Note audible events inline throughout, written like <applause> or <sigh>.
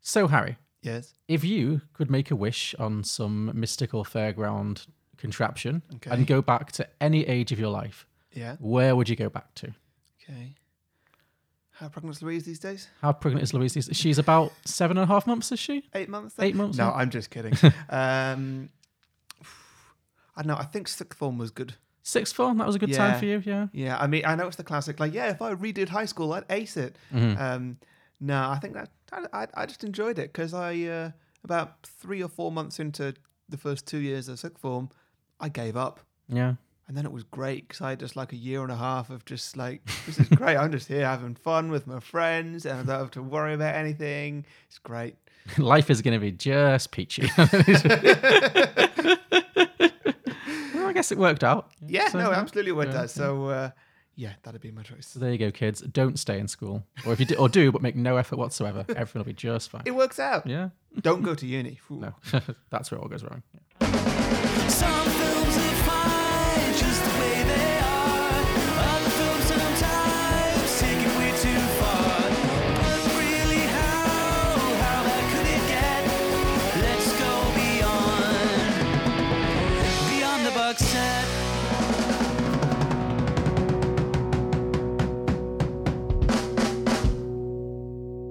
So, Harry, Yes. if you could make a wish on some mystical fairground contraption Okay. and go back to any age of your life, Yeah. where would you go back to? Okay. How pregnant is Louise these days? How pregnant is Louise? these- She's about seven and a half months, is she? Eight months. then? Eight months? No, now? I'm <laughs> just kidding. um, I don't know. I think sixth form was good. Sixth form? That was a good Yeah. time for you, yeah. Yeah, I mean, I know it's the classic. Like, yeah, if I redid high school, I'd ace it. Mm-hmm. Um, no, I think that I, I, I just enjoyed it because I uh, about three or four months into the first two years of sixth form, I gave up, Yeah. <laughs> and then it was great because I had just like a year and a half of just like this is great. I'm just here having fun with my friends, and I don't have to worry about anything. It's great. Life is going to be just <laughs> peachy. well, I guess it worked out. Yeah, Mm, So, no, absolutely worth yeah, that. So uh, yeah, that'd be my choice. So there you go, kids. Don't stay in school, or if you do, or do, but make no effort whatsoever. Everything will be just fine. It works out. Yeah, Don't go to uni. Phew. no, <laughs> that's where it all goes wrong. Some films are fine just the way they are. Other films sometimes take it way too far. But really, how, how bad could it get? Let's go beyond, beyond the box set.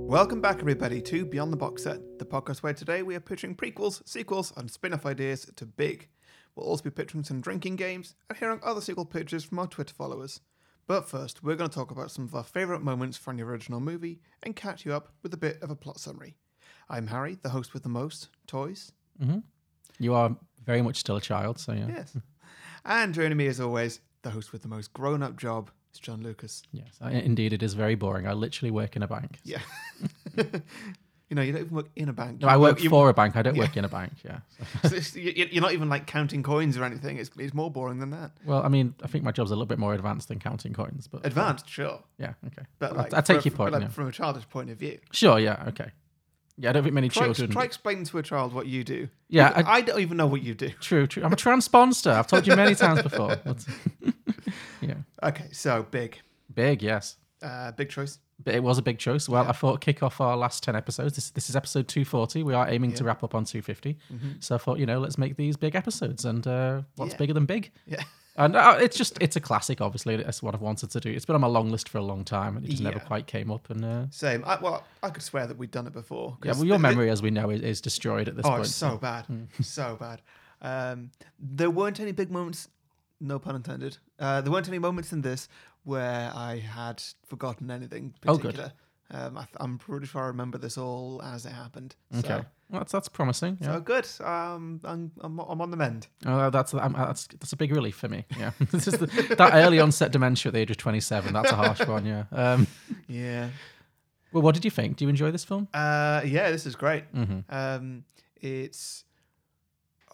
Welcome back, everybody, to Beyond the Box Set, the podcast where today we are pitching prequels, sequels, and spin off ideas to Big. We'll also be pitching some drinking games and hearing other sequel pitches from our Twitter followers. But first, we're going to talk about some of our favourite moments from the original movie and catch you up with a bit of a plot summary. I'm Harry, the host with the most toys. You are very much still a child, so yeah, <laughs> Yes. And joining me, as always, the host with the most grown up job is John Lucas. yes, I- indeed, it is very boring. I literally work in a bank. Yeah. <laughs> you know, you don't even work in a bank. No, I You work you- for a bank. I don't work in a bank. Yeah. So it's- you- you- you're not even like counting coins or anything. It's, it's more boring than that. Well, I mean, I think my job's a little bit more advanced than counting coins, but Advanced, sure, yeah, okay. but like I, I take for- your point. But like, yeah. From a childish point of view, Sure. Yeah. Okay. Yeah, I don't think many try, children. try explaining to a child what you do. Yeah, Because I- I, don't even know what you do. <laughs> True. True. I'm a transponster. I've told you many times before. But- <laughs> yeah. Okay, so big, Big. Yes. uh, big choice. But it was a big choice. Well, I thought kick off our last 10 episodes. This, this is episode 240. We are aiming to wrap up on 250. So I thought, you know, let's make these big episodes. And uh, what's Mm-hmm. Yeah. bigger than big? Yeah, <laughs> And uh, it's just, it's a classic, obviously. It's what I've wanted to do. It's been on my long list for a long time and it just never Yeah. quite came up. And uh, same. I, well, I could swear that we'd done it before. yeah, 'cause well, your th- th- memory, as we know, is, is destroyed at this Oh, point. it's so bad, Mm. so bad. Um, there weren't any big moments, no pun intended. Uh, there weren't any moments in this where I had forgotten anything Oh, good. particular. Um, I, th- I'm pretty sure I remember this all as it happened. So. Okay. Well, that's, that's promising. Yeah. So good. Um, I'm, I'm I'm on the mend. Oh, that's um, that's that's a big relief for me. Yeah, <laughs> this is the, that early onset dementia at the age of twenty seven. That's a harsh one. Yeah. Um, Yeah. well, what did you think? Do you enjoy this film? Uh, yeah, this is great. Mm-hmm. Um, it's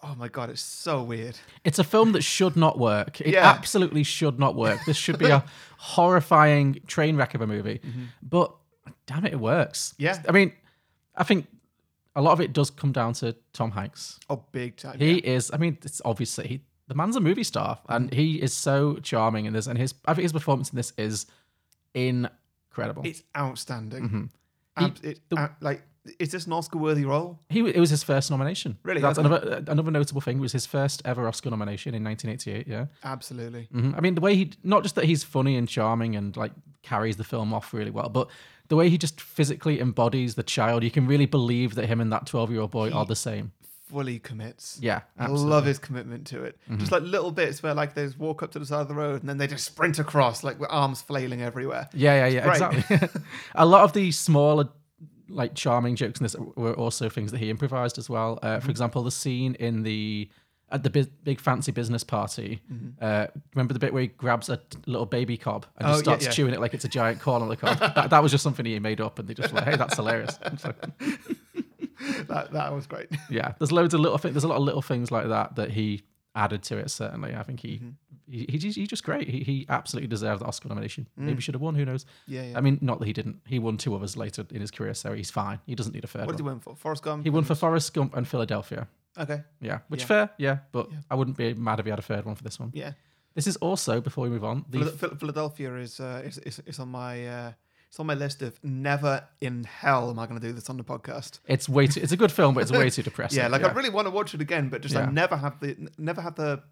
oh my god, it's so weird. It's a film that should not work. It Yeah. absolutely should not work. This should <laughs> be a horrifying train wreck of a movie. But damn it, it works. Mm-hmm. Yeah. I mean, I think a lot of it does come down to Tom Hanks. Oh, big time. He yeah. Mm-hmm. is, I mean, it's obviously, he, the man's a movie star and he is so charming in this. And his, I think his performance in this is incredible. It's outstanding. Ab- it, Mm-hmm. the- ab- like, is this an Oscar-worthy role? He it was his first nomination. Really? That's That's- another another notable thing. It was his first ever Oscar nomination in 1988. Yeah. Absolutely. Mhm. I mean, the way he not just that he's funny and charming and like carries the film off really well, but the way he just physically embodies the child, you can really believe that him and that 12 year old boy are the same. Fully commits. Yeah, I absolutely. Mm-hmm. love his commitment to it. Just like little bits where like they just walk up to the side of the road and then they just sprint across like with arms flailing everywhere. Yeah, yeah, yeah, It's great. exactly. <laughs> a lot of the smaller, like charming jokes in this were also things that he improvised as well. Uh, Mm-hmm. For example, the scene in the at the big, big fancy business party. Uh, remember the bit where he grabs a t- little baby cob and Mm-hmm. Oh, just yeah, starts yeah. chewing it like it's a giant corn on the cob? that, that was just something he made up, and they just were like, hey, that's <laughs> hilarious. It's like- That that was great. <laughs> yeah, there's loads of little things. There's a lot of little things like that that he added to it. Certainly, I think he. Mm-hmm. He, he's, just- he's just great. He, he absolutely deserved the Oscar nomination. Maybe should have won. Who knows? Yeah, Mm. yeah. I mean, not that he didn't. He won two others later in his career, so he's fine. He doesn't need a third. What One. did he win for? Forrest Gump. He won and- for Forrest Gump and Philadelphia. Okay. Yeah, which Yeah. fair, yeah. But I wouldn't be mad if he had a third one for this one. Yeah. This is also before we move on. The Phil- Phil- Philadelphia is, uh, is is is on my uh, It's on my list of never in hell am I going to do this on the podcast. It's way too. It's a good film, but it's way too depressing. <laughs> yeah, like I really want to watch it again, but just I Yeah. never have the n- never have the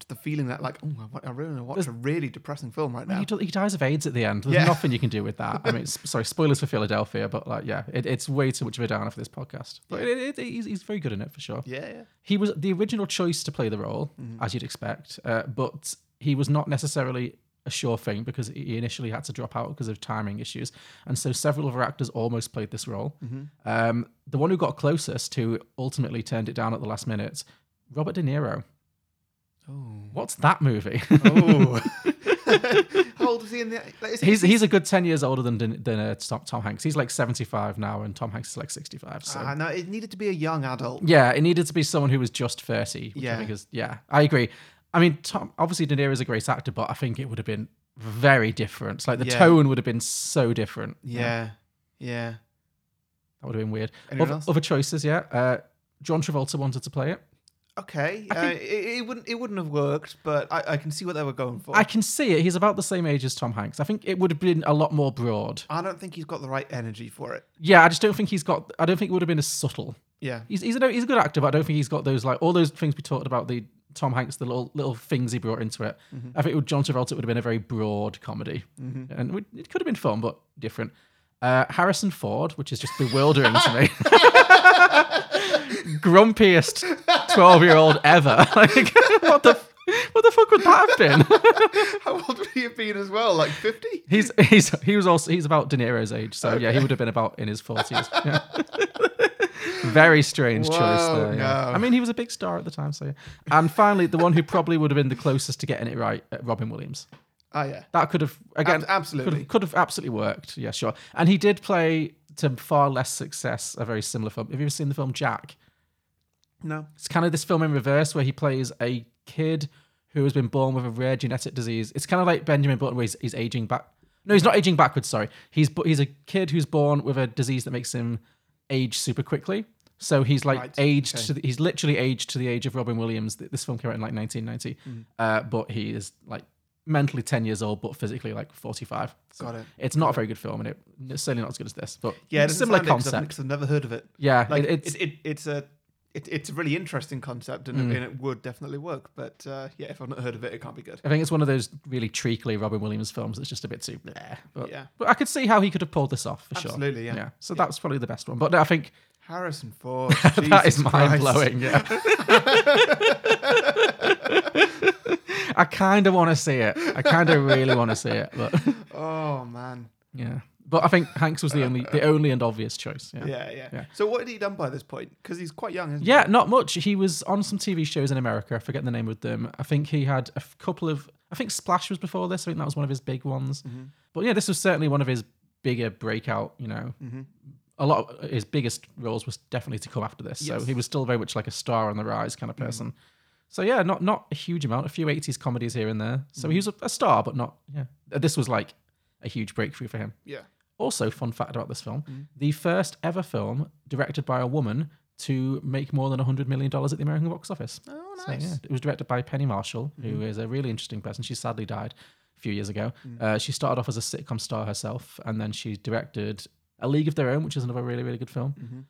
just the feeling that like oh I, wa- I really want to watch a really depressing film right now. He, d- he dies of AIDS at the end. There's Yeah. nothing you can do with that. I <laughs> mean, s- sorry, spoilers for Philadelphia, but like, yeah, it, it's way too much of a downer for this podcast. But it, it, it- he's, he's very good in it for sure. yeah, Mm-hmm. yeah. He was the original choice to play the role, as you'd expect, uh, but he was not necessarily a sure thing because he initially had to drop out because of timing issues. And so several other actors almost played this role. Mm-hmm. Um, the one who got closest, who ultimately turned it down at the last minute, Robert De Niro. Oh. What's that movie? <laughs> Oh. How old is he in the? Like, is he, he's he's a good ten years older than than uh, Tom, Tom Hanks. He's like seventy five now, and Tom Hanks is like sixty five. So Ah, no, it needed to be a young adult. yeah, it needed to be someone who was just thirty. Which Yeah. I think is yeah, I agree. I mean, Tom obviously De Niro is a great actor, but I think it would have been very different. Like the Yeah. tone would have been so different. Yeah, yeah. that would have been weird. Anyone Oth- else? Other choices, yeah. Uh, John Travolta wanted to play it. Okay, uh, it, it wouldn't it wouldn't have worked, but I, I can see what they were going for. I can see it. He's about the same age as Tom Hanks. I think it would have been a lot more broad. I don't think he's got the right energy for it. Yeah, I just don't think he's got. I don't think it would have been as subtle. Yeah, He's he's a, he's a good actor, but I don't think he's got those like all those things we talked about the Tom Hanks the little little things he brought into it. I think with John Travolta it would have been a very broad comedy, and we, it could have been fun but different. Uh, Harrison Ford, which is just bewildering to me, grumpiest twelve year old ever. <laughs> Like what the f- what the fuck would that have been? <laughs> how old would he have been as well? Like fifty? He's he's he was also he's about De Niro's age, so yeah, he would have been about in his forties. Yeah. Very strange choice Whoa, there. yeah. no. I mean, he was a big star at the time, so yeah. And finally, the one who probably would have been the closest to getting it right, uh, Robin Williams. Oh yeah, That could have again Ab- absolutely. could have, could have absolutely worked. Yeah, sure. And he did play to far less success a very similar film. Have you ever seen the film Jack? no. It's kind of this film in reverse where he plays a kid who has been born with a rare genetic disease. It's kind of like Benjamin Button where he's, he's aging back. No, he's not aging backwards. Sorry, he's bu- he's a kid who's born with a disease that makes him age super quickly. So he's like Right, aged. okay. To the, he's literally aged to the age of Robin Williams. Th- This film came out in like 1990, Hmm. uh, but he is like mentally 10 years old, but physically like 45. So Got it. It's not a very good film, and it it's certainly not as good as this. But Yeah, it doesn't similar sound it 'cause I've- concept. 'cause I've never heard of it. Yeah, Like it- it's it's it, it's a it, it's a really interesting concept, and, Mm. and it would definitely work. But uh, yeah, if I've not heard of it, it can't be good. I think it's one of those really treacly Robin Williams films that's just a bit too bleh. But, Yeah. but I could see how he could have pulled this off for sure. Absolutely, yeah. So that's probably the best one. But no, I think Harrison Ford. <laughs> that is Jesus Christ. mind blowing. Yeah. <laughs> I kind of want to see it. I kind of really want to see it. But Oh man. yeah. But I think Hanks was the only the only and obvious choice. Yeah. Yeah, yeah, Yeah. So what had he done by this point? Because he's quite young, isn't Yeah, not much. He was on some TV shows in America. I forget the name of them. I think he had a f- couple of. I think Splash was before this. I think that was one of his big ones. But yeah, this was certainly one of his bigger breakout. You know, a lot of his biggest roles was definitely to come after this. So Yes. he was still very much like a star on the rise kind of person. So yeah, not not a huge amount. A few '80s comedies here and there. So he was a, a star, but not. Yeah, this was like a huge breakthrough for him. he? Yeah. Also, fun fact about this film: Mm. the first ever film directed by a woman to make more than hundred million dollars at the American box office. Oh, So, nice. Mm-hmm. yeah, it was directed by Penny Marshall, who is a really interesting person. She sadly died a few years ago. Mm. Uh, she started off as a sitcom star herself, and then she directed A League of Their Own, which is another really, really good film.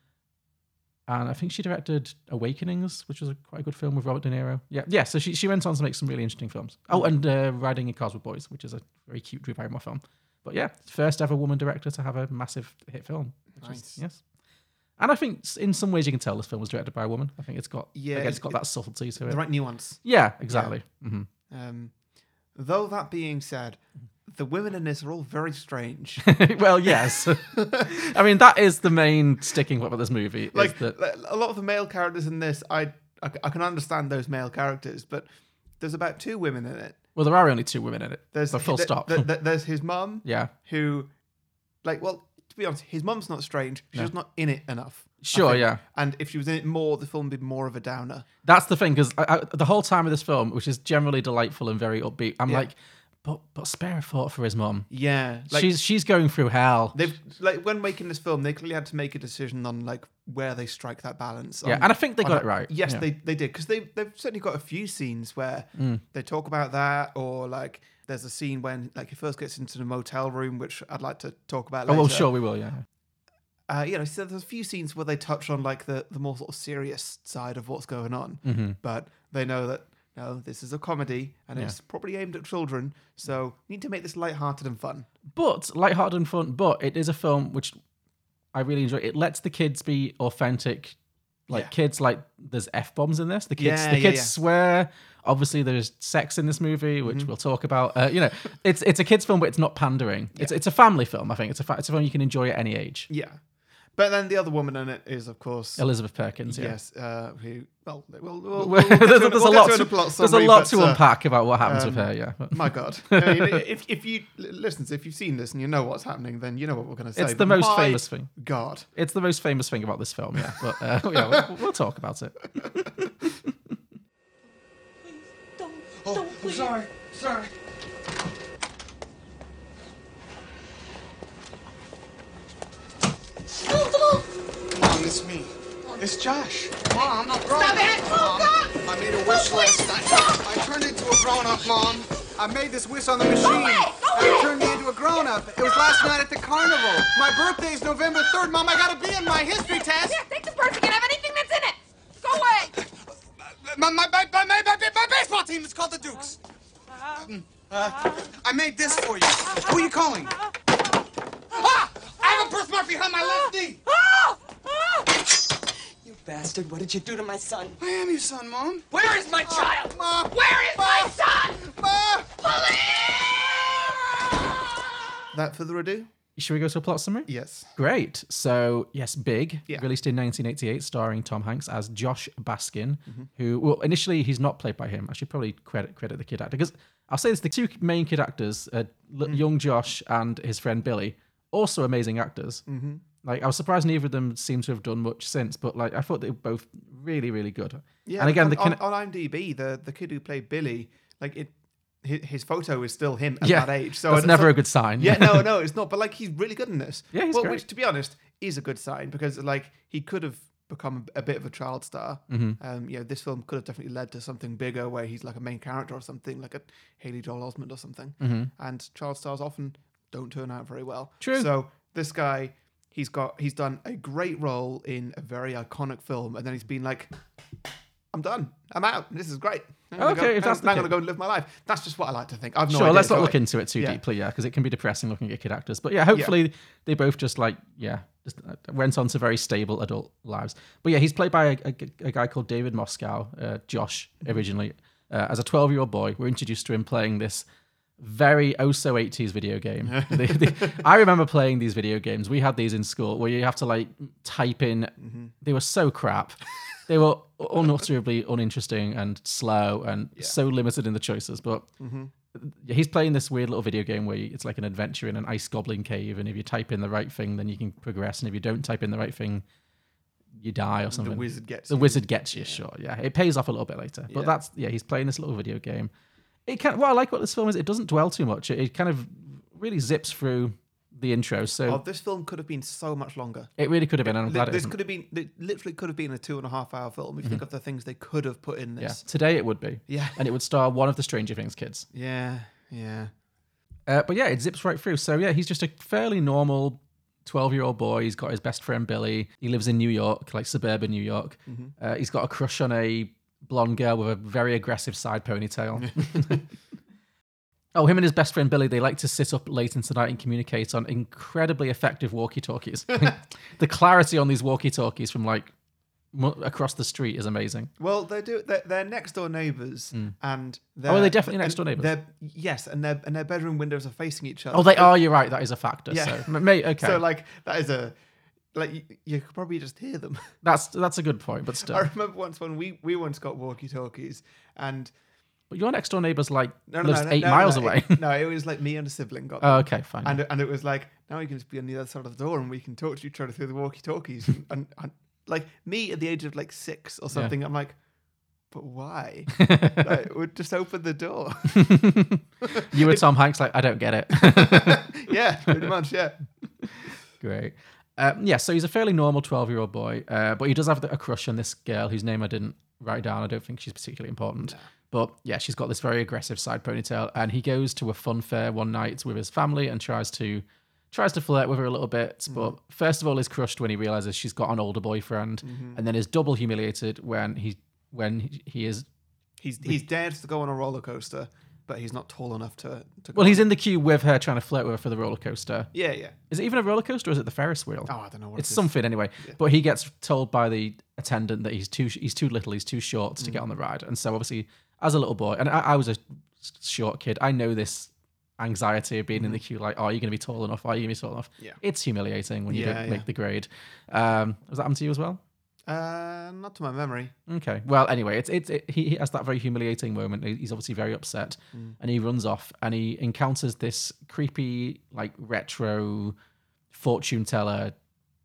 And I think she directed Awakenings, which was a, quite a good film with Robert De Niro. Yeah, yeah. So she, she went on to make some really interesting films. Oh, Mm. and uh, Riding in Cars with Boys, which is a very cute Drew Barrymore film. But yeah, first ever woman director to have a massive hit film. Which Is, Nice. yes. And I think s- in some ways you can tell this film was directed by a woman. I think it's got Yeah, yeah, again, it's- it's got that subtlety to it. The right nuance. Yeah, exactly. hmm Um, though that being said, the women in this are all very strange. <laughs> well, <laughs> <laughs> yes. I mean, that is the main sticking point about this movie. like is that, like, a lot of the male characters in this, I, I I can understand those male characters, but there's about two women in it. well, there are only two women in it. There's But full th- stop. th- th- there's his mum, yeah, who, like, well, to be honest, his mum's not strange. She's just not in it enough. I Sure, think. yeah. And if she was in it more, the film would be more of a downer. that's the thing because the whole time of this film, which is generally delightful and very upbeat, I'm Yeah. like, but but spare a thought for his mum. Yeah, like she's she's going through hell. they've like when making this film, they clearly had to make a decision on like where they strike that balance. yeah, on- and I think they on got it that- right. Yes, yeah. Mm. they they did because they they've certainly got a few scenes where they talk about that or like There's a scene when like he first gets into the motel room, which I'd like to talk about. Oh well, later. sure we will. Yeah. Uh, you know, so there's a few scenes where they touch on like the the more sort of serious side of what's going on, Mm-hmm. but they know that no, this is a comedy and it's probably aimed at children, so we need to make this lighthearted and fun. But lighthearted and fun. But it is a film which I really enjoy. It lets the kids be authentic. Like Yeah. kids, like there's f bombs in this. The kids, Yeah, the yeah, kids yeah. swear. Obviously, there's sex in this movie, which Mm-hmm. we'll talk about. Uh, you know, it's it's a kids film, but it's not pandering. It's it's a family film. I think it's a fa- it's a film you can enjoy at any age. Yeah, but then the other woman in it is of course Elizabeth Perkins. Yeah. yes, uh, who well we'll, we'll, we'll <laughs> there's, get to there's an- a we'll get lot to to, an plot there's a summary, lot but, to uh, um, unpack about what happens with her. Yeah. But- My <laughs> God! I mean, if if you listen, if you've seen this and you know what's happening, then you know what we're going to say. It's the most My famous thing. God, It's the most famous thing about this film, yeah. But uh, <laughs> yeah, we'll, we'll talk about it. Don't, don't wear- sorry. Constable! Mom, it's me. It's Josh. Mom, I'm grown Stop it! Mom, Oh, I made a wish Don't last wait! night. Stop! I turned into a grown up, Mom. I made this wish on the machine. away! Go and it away! turned me into a grown up. It was last night at the carnival. My birthday's November 3rd. Mom, I got to be in my history test. Yeah, take the purse. You can have anything that's in it. Go away. My, my, my, my, my, my, my baseball team is called the Dukes. Uh, I made this for you. Who are you calling? Uh-huh. Ah! I have a birthmark behind my left knee. Oh! Oh! You bastard, what did you do to my son? I am your son, Mom. Ah, Where is my child? Mom. Where is my son? Mom. that further ado? Should we go to a plot summary? Yes. Great. So, yes, Big, Yeah. released in 1988, starring Tom Hanks as Josh Baskin, Mm-hmm. who, well, initially he's not played by him. I should probably credit credit the kid actor because I'll say this the two main kid actors, uh, l- Mm. young Josh and his friend Billy, also amazing actors. Mm-hmm. Like, I was surprised neither of them seem to have done much since, but like, I thought they were both really, really good. Yeah. and again, on, the on, kin- on IMDb, the the kid who played Billy, like it, his, his photo is still him at that age. So that's it's never not- a good <laughs> sign. Yeah, no, no, it's not. But like, he's really good in this. Yeah, he's well, great. which, to be honest, is a good sign because like he could have become a bit of a child star. Mm-hmm. Um, you know, this film could have definitely led to something bigger where he's like a main character or something, like a Haley Joel Osment or something. And child stars often don't turn out very well. Mm-hmm. True. So this guy, he's got he's done a great role in a very iconic film, and then he's been like. I'm done. I'm out. This is great. I'm gonna Okay, go, if that's the now I'm gonna case. go and live my life. That's just what I like to think. I've no sure, idea, let's not so look I- into it too Yeah. deeply, yeah, because it can be depressing looking at kid actors. But yeah, hopefully they both just like yeah, just uh, went on to very stable adult lives. But yeah, he's played by a, a- a guy called David Moscow, uh, Josh originally, uh, as a twelve-year-old boy. We're introduced to him playing this very oh so 80s video <laughs> game. They- they- I remember playing these video games. We had these in school where you have to like type in. Mm-hmm. They were so crap. They were unutterably uninteresting and slow and so limited in the choices. But yeah, he's playing this weird little video game where you- it's like an adventure in an ice goblin cave, and if you type in the right thing, then you can progress, and if you don't type in the right thing, you die or something. The wizard gets The you. wizard gets you, sure. Yeah, it pays off a little bit later, but Yeah. that's yeah. He's playing this little video game. It can. Well, I like what this film is. It doesn't dwell too much. It, it kind of really zips through the intro, so Oh, this film could have been so much longer. it really could have been. And I'm Li- glad it this isn't. Mm-hmm. could have been it literally could have been a two and a half hour film. If you think of the things they could have put in Yeah, this. today it would be. Yeah. and it would star one of the Stranger Things kids. Yeah, yeah, Uh, but yeah, it zips right through. So yeah, he's just a fairly normal 12 year old boy. He's got his best friend Billy. He lives in New York, like suburban New York. Uh, he's got a crush on a blonde girl with a very aggressive side ponytail. <laughs> Oh, him and his best friend Billy, they like to sit up late into the night and communicate on incredibly effective walkie talkies. <laughs> the clarity on these walkie talkies from like mo- across the street is amazing. Well, they do. They're, they're next door neighbors, Mm. and they're, they're Oh, definitely next and door neighbours. They're, yes, and their and their bedroom windows are facing each other. Oh, they are. You're right. That is a factor. Yeah. So, mate, okay. <laughs> So like that is a like you, you could probably just hear them. <laughs> that's that's a good point, but still. I remember once when we we once got walkie talkies and But your next door neighbour's like no no lives no, eight no, miles no, away. <laughs> It, <laughs> no, it was like me and a sibling got them. oh, okay, fine. and and it was like now we can just be on the other side of the door and we can talk to each other through the walkie-talkies and, and, and like me at the age of like six or something i'm like but <laughs> why like, we just open the door <laughs> you were Tom Hanks, like I don't get it. <laughs> yeah pretty much yeah Great. Um, yeah, so he's a fairly normal twelve-year-old boy, uh, but he does have a crush on this girl whose name I didn't write down. I don't think she's particularly important. But yeah, she's got this very aggressive side ponytail, and he goes to a fun fair one night with his family and tries to tries to flirt with her a little bit. Mm-hmm. But first of all, is crushed when he realizes she's got an older boyfriend, Mm-hmm. and then is double humiliated when he when he is He's he's dared to go on a roller coaster, but he's not tall enough to. to go well, he's on. in the queue with her trying to flirt with her for the roller coaster. Yeah, yeah. Is it even a roller coaster or is it the Ferris wheel? Oh, I don't know what it's it is. something anyway. But he gets told by the attendant that he's too he's too little, he's too short to get Mm. on the ride, and so obviously as a little boy, and I, I was a short kid, I know this anxiety of being in the queue, like, oh, are you going to be tall enough? Are you going to be tall enough? Mm-hmm. Yeah. it's humiliating when you Yeah, don't yeah. make the grade. Um, was that happened to you as well? Uh, not to my memory. Okay. Well, anyway, it's it's it, he he has that very humiliating moment. He- He's obviously very upset, and he runs off and he encounters this creepy, like retro fortune teller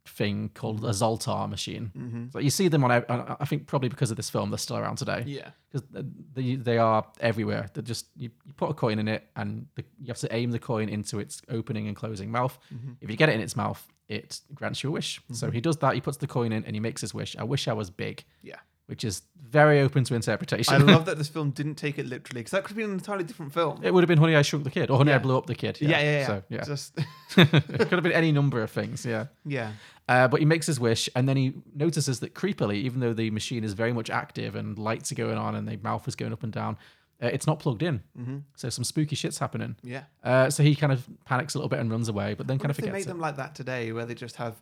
thing called a Zoltar machine. So you see them on. ev- on- I think probably because of this film, they're still around today. Yeah. Because they, they are everywhere. They're just you, you put a coin in it, and the, you have to aim the coin into its opening and closing mouth. If you get it in its mouth, it grants you a wish. So he does that. He puts the coin in, and he makes his wish. I wish I was big <laughs> Yeah. which is very open to interpretation. I love that this film didn't take it literally because that could have been an entirely different film. <laughs> it would have been Honey I Shrunk the Kid or Honey I Yeah. Blew Up the Kid. yeah, yeah, yeah. So, yeah. Just <laughs> <laughs> it could have been any number of things. Yeah. yeah. Uh, but he makes his wish, and then he notices that creepily, even though the machine is very much active and lights are going on and the mouth is going up and down, uh, it's not plugged in. Mm-hmm. So some spooky shit's happening. Yeah. Uh, so he kind of panics a little bit and runs away, but then kind of What if they forgets made it. them like that today, where they just have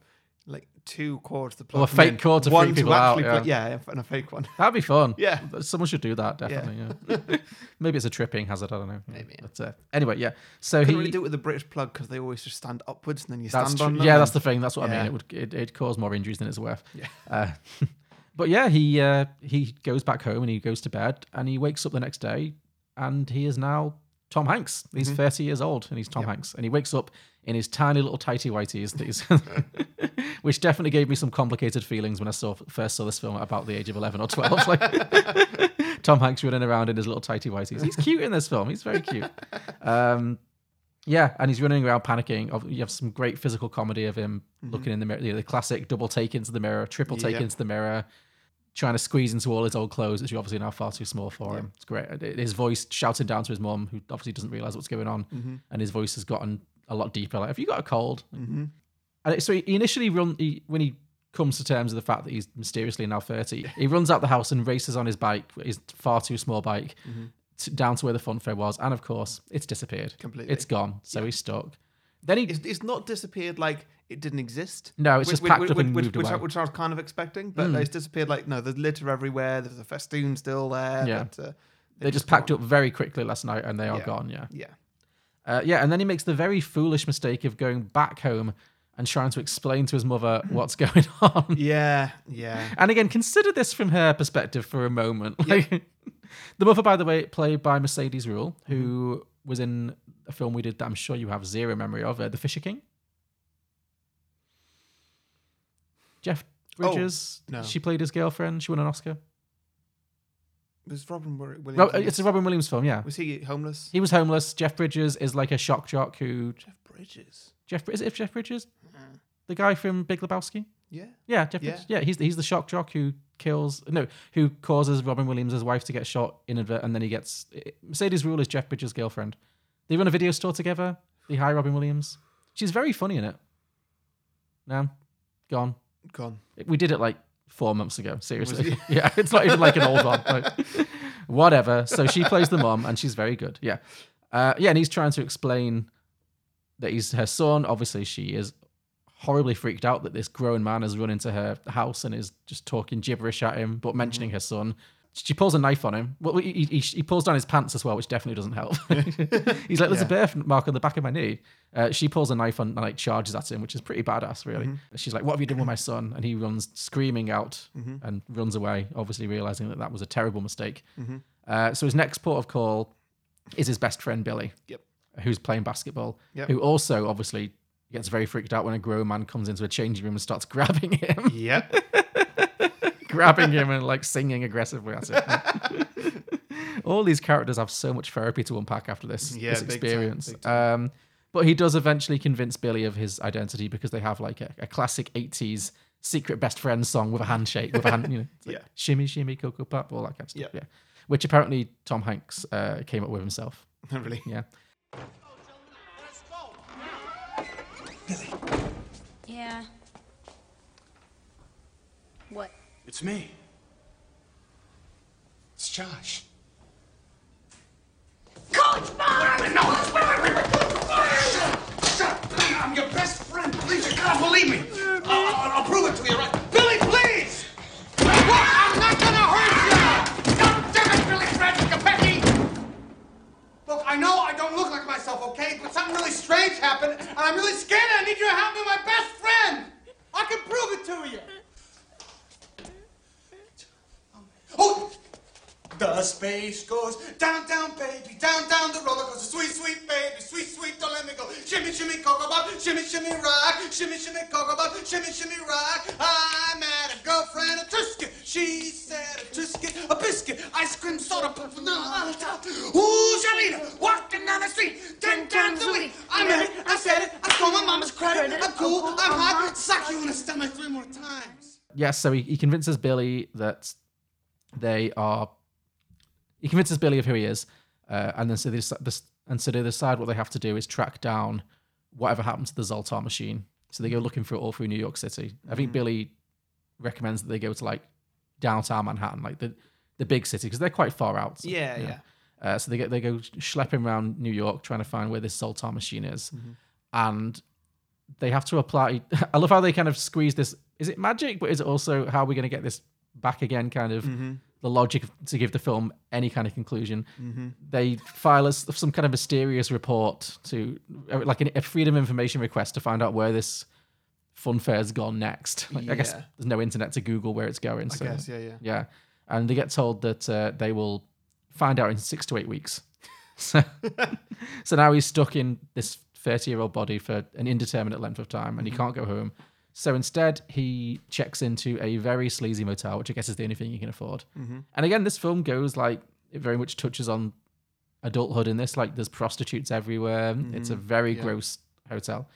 like two cords to plug Or a them fake in, cord to one freak to people out, actually yeah. plug- yeah, and a fake one. <laughs> That'd be fun. Yeah. Someone should do that, definitely. Yeah. <laughs> Maybe it's a tripping hazard. I don't know. Maybe. But, uh, anyway, yeah. So Couldn't he. really do it with the British plug because they always just stand upwards and then you That's stand true. on them. yeah, and- that's the thing. That's what I mean. Yeah. It would it it cause more injuries than it's worth. Yeah. Uh, <laughs> but yeah, he uh, he goes back home and he goes to bed and he wakes up the next day and he is now Tom Hanks. He's Mm-hmm. thirty years old and he's Tom Hanks and he wakes up in his tiny little tighty whities that he's. <laughs> Which definitely gave me some complicated feelings when I saw first saw this film at about the age of eleven or twelve. <laughs> Like Tom Hanks running around in his little tighty whities. He's cute in this film. He's very cute. Um, yeah, and he's running around panicking. Of- You have some great physical comedy of him looking in the mirror, you know, the classic double take into the mirror, triple take Yep. into the mirror, trying to squeeze into all his old clothes, which are obviously now far too small for him. It's great. And His voice shouting down to his mom, who obviously doesn't realize what's going on, and his voice has gotten a lot deeper. Like, have you got a cold? Mm-hmm. And it- so he initially run he, when he comes to terms with the fact that he's mysteriously now thirty. He runs out the house and races on his bike, his far too small bike, Mm-hmm. t- down to where the fun fair was, and of course it's disappeared Completely. It's gone, so he's stuck. Then he <laughs> It's, it's not disappeared like it didn't exist. No, it's Which- just packed which, up and which, moved Hmm. which, I, away. which I was kind of expecting, but it's disappeared. Like no, there's litter everywhere. There's a festoon still there. Yeah. but, uh, they just packed up very quickly last night, and they are Yeah. gone. Yeah, Yeah, uh, yeah. And then he makes the very foolish mistake of going back home and trying to explain to his mother what's <laughs> going on. yeah, yeah. And again, consider this from her perspective for a moment. Like, <laughs> the mother, by the way, played by Mercedes Rule, who was in a film we did that I'm sure you have zero memory of, uh, The Fisher King. Jeff Oh, Bridges. no. She played his girlfriend. She won an Oscar. It was Robin Wi- Williams? Rob, in uh, it's a this? Robin Williams film, yeah. Was he homeless? He was homeless. Jeff Bridges is like a shock jock who Jeff Bridges. Jeff is it if Jeff Bridges, Mm. the guy from Big Lebowski. Yeah. Yeah, Jeff Yeah. Bridges. Yeah, he's he's the shock jock who kills no, who causes Robin Williams' wife to get shot inadvert, and then he gets Mercedes Rule is Jeff Bridges' girlfriend. They run a video store together. They hire Robin Williams. She's very funny in it. No, gone. Gone. We did it like four months ago. Seriously, <laughs> yeah, it's not even like an old one. Like, whatever. So she plays the mom, and she's very good. Yeah, uh, yeah, and he's trying to explain that he's her son. Obviously, she is horribly freaked out that this grown man has run into her house and is just talking gibberish at him, but mentioning her son. She pulls a knife on him. Well, he, he, he pulls down his pants as well, which definitely doesn't help. He's like, "There's a birth mark on the back of my knee." Uh, she pulls a knife on and like charges at him, which is pretty badass, really. She's like, "What have you done with my son?" And he runs screaming out and runs away, obviously realizing that that was a terrible mistake. Uh, so his next port of call is his best friend Billy Yep. who's playing basketball, Yep. who also obviously gets very freaked out when a grown man comes into a changing room and starts grabbing him, <laughs> <laughs> Yep. grabbing him and like singing aggressively at him. <laughs> All these characters have so much therapy to unpack after this, Yeah, this big time, experience. big Um, but he does eventually convince Billy of his identity because they have like a, a classic 80s secret best friend song with a handshake, with a hand, you know, it's like, Yeah. shimmy, shimmy, cocoa pop, all that kind of stuff. Yeah. Yeah. which apparently Tom Hanks uh, came up with himself. really. Yeah. Yeah. What? It's me. It's Josh. Coach Bob! No, wait, wait, wait, wait. Shut up, shut up. I'm your best friend. Please, you gotta believe me. I'll, I'll- I'll prove it to you, right? Billy, please! Look, I'm not gonna hurt you! God damn it, Billy Fred Capecchi! Look, I know I don't look like myself, okay? But something really strange happened, and I'm really scared. I need you to help me, my best friend! I can prove it to you! Oh! The space goes down, down, baby, down, down the roller coaster. Sweet, sweet baby, sweet, sweet, don't let me go. Shimmy, shimmy, cocoa bop, shimmy, shimmy, rock. Shimmy, shimmy, cocoa bop, shimmy, shimmy, rock. I met a girlfriend, a Trisket. She said a Trisket, a biscuit, ice cream, soda pop, vanilla on the top. Ooh, Shalina, walking down the street, ten times a week. I met it, I said it, I stole my mama's credit. I'm cool, I'm hot, suck you in the stomach three more times. Yes, so he, he convinces Billy that they are. He convinces Billy of who he is, uh, and then so they deci- this, and so they decide what they have to do is track down whatever happened to the Zoltar machine. So they go looking for it all through New York City. I Mm. think Billy recommends that they go to like downtown Manhattan, like the the big city, because they're quite far out. Yeah, yeah. Uh, so they go they go schlepping around New York trying to find where this Soltar machine is, Mm-hmm. and they have to apply. <laughs> I love how they kind of squeeze this. Is it magic, but is it also how are we going to get this back again? Kind of Mm-hmm. the logic to give the film any kind of conclusion. Mm-hmm. They file us some kind of mysterious report to uh, like a freedom of information request to find out where this funfair's gone next. Like, I guess Yeah. there's no internet to Google where it's going. so guess, yeah, yeah. yeah. And they get told that uh, they will find out in six to eight weeks. <laughs> so, so now he's stuck in this 30 year old body for an indeterminate length of time and he can't go home. So instead, he checks into a very sleazy motel, which I guess is the only thing he can afford. And again, this film goes like it very much touches on adulthood in this. Like there's prostitutes everywhere. It's a very gross hotel.